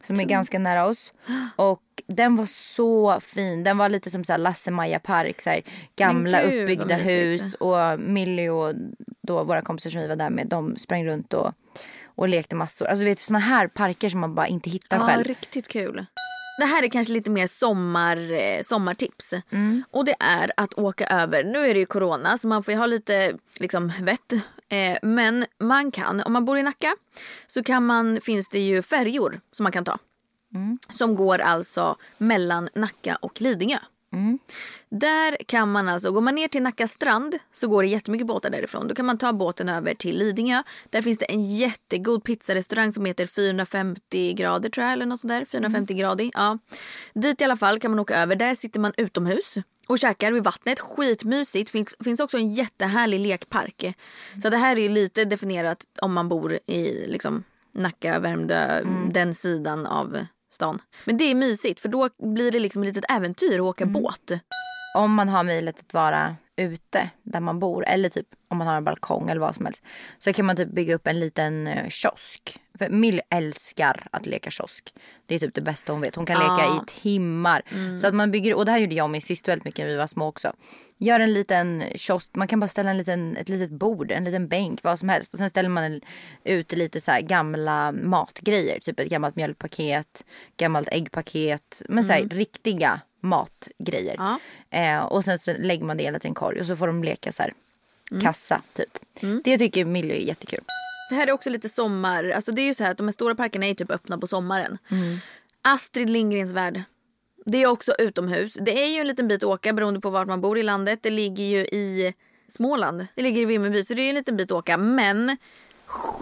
[SPEAKER 1] Som är ganska nära oss. Och den var så fin. Den var lite som så här Lasse-Maja park. Så här, gamla
[SPEAKER 2] Men gud, vad
[SPEAKER 1] uppbyggda
[SPEAKER 2] mysigt.
[SPEAKER 1] hus. Och Millie och då våra kompisar som vi var där med. De sprang runt och, och lekte massor. Alltså du vet såna här parker som man bara inte hittar
[SPEAKER 2] Ja,
[SPEAKER 1] själv.
[SPEAKER 2] riktigt kul. Det här är kanske lite mer sommar, eh, sommartips.
[SPEAKER 1] Mm.
[SPEAKER 2] Och det är att åka över. Nu är det ju corona så man får ju ha lite liksom, vett. Eh, men man kan, om man bor i Nacka så kan man, finns det ju färjor som man kan ta.
[SPEAKER 1] Mm.
[SPEAKER 2] Som går alltså mellan Nacka och Lidingö. Där kan man alltså, går man ner till Nacka strand så går det jättemycket båtar därifrån. Då kan man ta båten över till Lidingö. Där finns det en jättegod pizzarestaurang som heter 450 grader tror jag eller något sådär. 450 grader, ja. Dit i alla fall kan man åka över. Där sitter man utomhus och käkar vid vattnet. Skitmysigt. Finns, finns också en jättehärlig lekpark. Så det här är ju lite definierat om man bor i liksom Nacka, Värmdö, den sidan av stan. Men det är mysigt för då blir det liksom ett litet äventyr att åka båt.
[SPEAKER 1] om man har möjlighet att vara ute där man bor eller typ om man har en balkong eller vad som helst så kan man typ bygga upp en liten eh, kiosk. För Milly älskar att leka kiosk. Det är typ det bästa hon vet. Hon kan leka
[SPEAKER 2] Ja.
[SPEAKER 1] i timmar. Så att man bygger, och det här gjorde jag och min syster väldigt mycket när vi var små också. Gör en liten kiosk, man kan bara ställa en liten, ett litet bord, en liten bänk, vad som helst. Och sen ställer man en- ut lite så här gamla matgrejer. Typ ett gammalt mjölkpaket, gammalt äggpaket. Men så här riktiga matgrejer.
[SPEAKER 2] Ja.
[SPEAKER 1] Eh, och sen så lägger man det i en liten korg och så får de leka så här kassa typ. Det tycker Milly är jättekul.
[SPEAKER 2] Det här är också lite sommar. Alltså det är ju så här att de här stora parkerna är ju typ öppna på sommaren.
[SPEAKER 1] Mm.
[SPEAKER 2] Astrid Lindgrens värld. Det är också utomhus. Det är ju en liten bit att åka beroende på vart man bor i landet. Det ligger ju i Småland. Det ligger i Vimmerby så det är ju en liten bit att åka. Men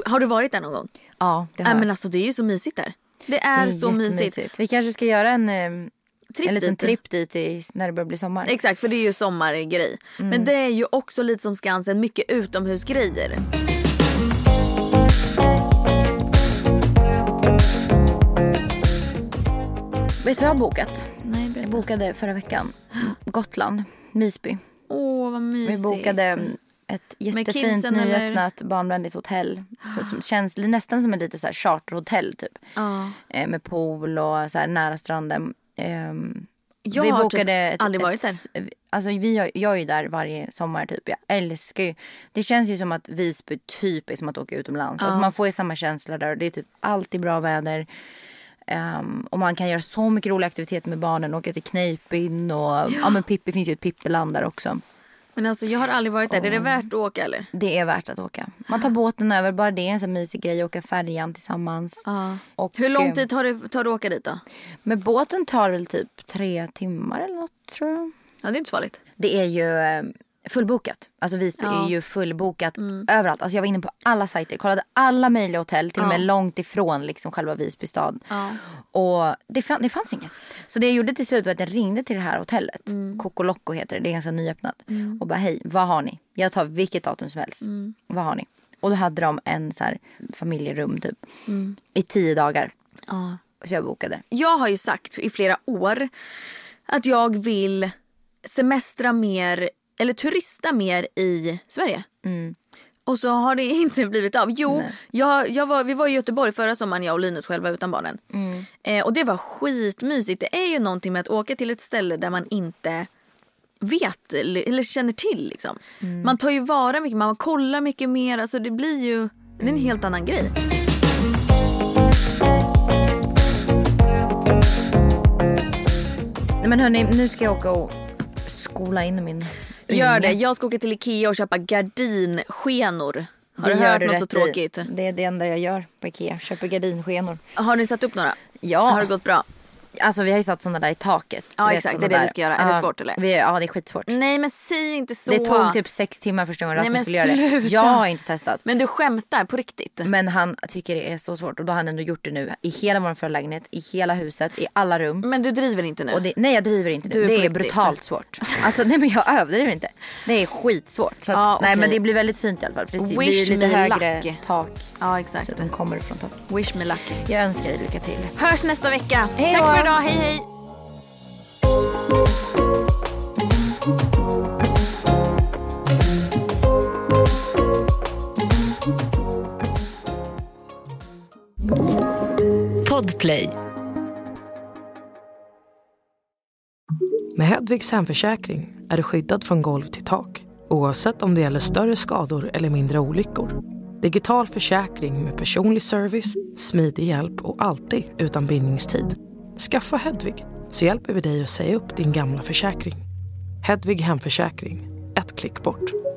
[SPEAKER 2] har du varit där någon gång?
[SPEAKER 1] Ja, det har
[SPEAKER 2] Nej
[SPEAKER 1] jag.
[SPEAKER 2] men alltså det är ju så mysigt där. Det
[SPEAKER 1] Det
[SPEAKER 2] är, så mysigt.
[SPEAKER 1] jättemysigt. Vi kanske ska göra en, eh,
[SPEAKER 2] Tripp
[SPEAKER 1] en liten
[SPEAKER 2] dit.
[SPEAKER 1] tripp dit i, när det börjar bli sommar.
[SPEAKER 2] Exakt för det är ju sommargrej.
[SPEAKER 1] Mm.
[SPEAKER 2] Men det är ju också lite som Skansen, mycket utomhusgrejer.
[SPEAKER 1] Vet du vad jag har bokat?
[SPEAKER 2] Nej
[SPEAKER 1] Jag
[SPEAKER 2] berätta.
[SPEAKER 1] bokade förra veckan Gotland, Visby.
[SPEAKER 2] Åh vad
[SPEAKER 1] Vi
[SPEAKER 2] mysigt.
[SPEAKER 1] bokade mm, ett jättefint
[SPEAKER 2] kidsen, eller?
[SPEAKER 1] nyöppnat barnvänligt hotell. Så, som känns li- nästan som ett lite så här charterhotell typ.
[SPEAKER 2] Ja.
[SPEAKER 1] Eh, med pool och så här nära stranden. Ehm,
[SPEAKER 2] Jag
[SPEAKER 1] vi
[SPEAKER 2] har
[SPEAKER 1] bokade
[SPEAKER 2] typ
[SPEAKER 1] ett,
[SPEAKER 2] aldrig
[SPEAKER 1] ett,
[SPEAKER 2] varit där.
[SPEAKER 1] Alltså vi, har- jag är ju där varje sommar typ. Jag älskar ju. Det känns ju som att Visby typ är som att åka utomlands. Alltså man får ju samma känsla där. Det är typ alltid bra väder. Ehm, och man kan göra så mycket roliga aktiviteter med barnen. Åka till Kneippbyn och ja. men Pippi finns ju ett Pippeland där också.
[SPEAKER 2] Men alltså jag har aldrig varit där. Är det värt att åka eller?
[SPEAKER 1] Det är värt att åka. Man tar båten över. Bara det är en sån mysig grej. Åka färjan tillsammans.
[SPEAKER 2] Ja.
[SPEAKER 1] Och,
[SPEAKER 2] Hur
[SPEAKER 1] eh,
[SPEAKER 2] lång tid tar det, tar det att åka dit då?
[SPEAKER 1] Men båten tar väl typ tre timmar eller något tror jag.
[SPEAKER 2] Ja, det är inte så farligt.
[SPEAKER 1] Det är ju eh, fullbokat. Alltså Visby
[SPEAKER 2] Ja. Mm.
[SPEAKER 1] är ju fullbokat överallt. Alltså jag var inne på alla sajter, kollade alla möjliga hotell, till och med långt ifrån liksom själva Visby stad. Och det, fann, det fanns inget. Så det jag gjorde till slut var att jag ringde till det här hotellet,
[SPEAKER 2] Mm.
[SPEAKER 1] Coco Loco heter det, det är ganska nyöppnat. Och bara hej, vad har ni? Jag tar vilket datum som helst.
[SPEAKER 2] Mm.
[SPEAKER 1] Vad har ni? Och då hade de en så här familjerum typ
[SPEAKER 2] Mm.
[SPEAKER 1] i tio dagar. Så jag bokade.
[SPEAKER 2] Jag har ju sagt i flera år att jag vill semestra mer eller turista mer i Sverige. Och så har det inte blivit av. Jo, jag, jag var, vi var i Göteborg förra sommaren jag och Linus själva utan barnen. Eh, och det var skitmysigt. Det är ju någonting med att åka till ett ställe där man inte vet eller eller känner till. Liksom. Man tar ju vara mycket, man kollar mycket mer. Alltså det blir ju det är en helt annan grej.
[SPEAKER 1] Nej, men hörni, nu ska jag åka och skola in min
[SPEAKER 2] Gör
[SPEAKER 1] unge.
[SPEAKER 2] det. Jag ska åka till Ikea och köpa gardinskenor. Har
[SPEAKER 1] Det
[SPEAKER 2] du
[SPEAKER 1] gör
[SPEAKER 2] hört
[SPEAKER 1] du
[SPEAKER 2] något
[SPEAKER 1] rätt
[SPEAKER 2] så
[SPEAKER 1] i.
[SPEAKER 2] tråkigt?
[SPEAKER 1] Det är det enda jag gör på Ikea. Köper gardinskenor.
[SPEAKER 2] Har ni satt upp några?
[SPEAKER 1] Ja.
[SPEAKER 2] Har det gått bra?
[SPEAKER 1] Alltså vi har ju satt sådana där i taket.
[SPEAKER 2] Ja,
[SPEAKER 1] Du vet,
[SPEAKER 2] exakt.
[SPEAKER 1] såna
[SPEAKER 2] Det är det vi
[SPEAKER 1] där.
[SPEAKER 2] ska göra. Är det
[SPEAKER 1] Ja,
[SPEAKER 2] svårt, eller?
[SPEAKER 1] Vi, ja det är skitsvårt.
[SPEAKER 2] Nej men säg inte så.
[SPEAKER 1] Det tog typ sex timmar första gången
[SPEAKER 2] Nej,
[SPEAKER 1] Rasmus
[SPEAKER 2] men
[SPEAKER 1] skulle göra det.
[SPEAKER 2] sluta.
[SPEAKER 1] Jag har inte testat.
[SPEAKER 2] Men du skämtar på riktigt?
[SPEAKER 1] Men han tycker det är så svårt och då har han ändå gjort det nu i hela vår förlägenhet, i hela huset, i alla rum.
[SPEAKER 2] Men du driver inte nu?
[SPEAKER 1] Och det, nej jag driver inte
[SPEAKER 2] Mm. Du är
[SPEAKER 1] nu. Det
[SPEAKER 2] på
[SPEAKER 1] är
[SPEAKER 2] riktigt.
[SPEAKER 1] brutalt svårt. Alltså nej men jag överdriver inte. Det är skitsvårt. Så att,
[SPEAKER 2] Ja,
[SPEAKER 1] nej
[SPEAKER 2] okej.
[SPEAKER 1] men det blir väldigt fint i alla fall. Precis,
[SPEAKER 2] Wish
[SPEAKER 1] det blir
[SPEAKER 2] me
[SPEAKER 1] lite högre
[SPEAKER 2] luck.
[SPEAKER 1] tak.
[SPEAKER 2] Ja
[SPEAKER 1] Så att
[SPEAKER 2] exakt.
[SPEAKER 1] de kommer från tak.
[SPEAKER 2] Wish me luck.
[SPEAKER 1] Jag önskar dig lycka till.
[SPEAKER 2] Hörs nästa vecka.
[SPEAKER 1] Hej
[SPEAKER 2] Tack
[SPEAKER 1] då.
[SPEAKER 2] för idag. Hej hej.
[SPEAKER 4] Podplay.
[SPEAKER 3] Med Hedvigs hemförsäkring är du skyddad från golv till tak oavsett om det gäller större skador eller mindre olyckor. Digital försäkring med personlig service, smidig hjälp och alltid utan bindningstid. Skaffa Hedvig så hjälper vi dig att säga upp din gamla försäkring. Hedvig hemförsäkring, ett klick bort.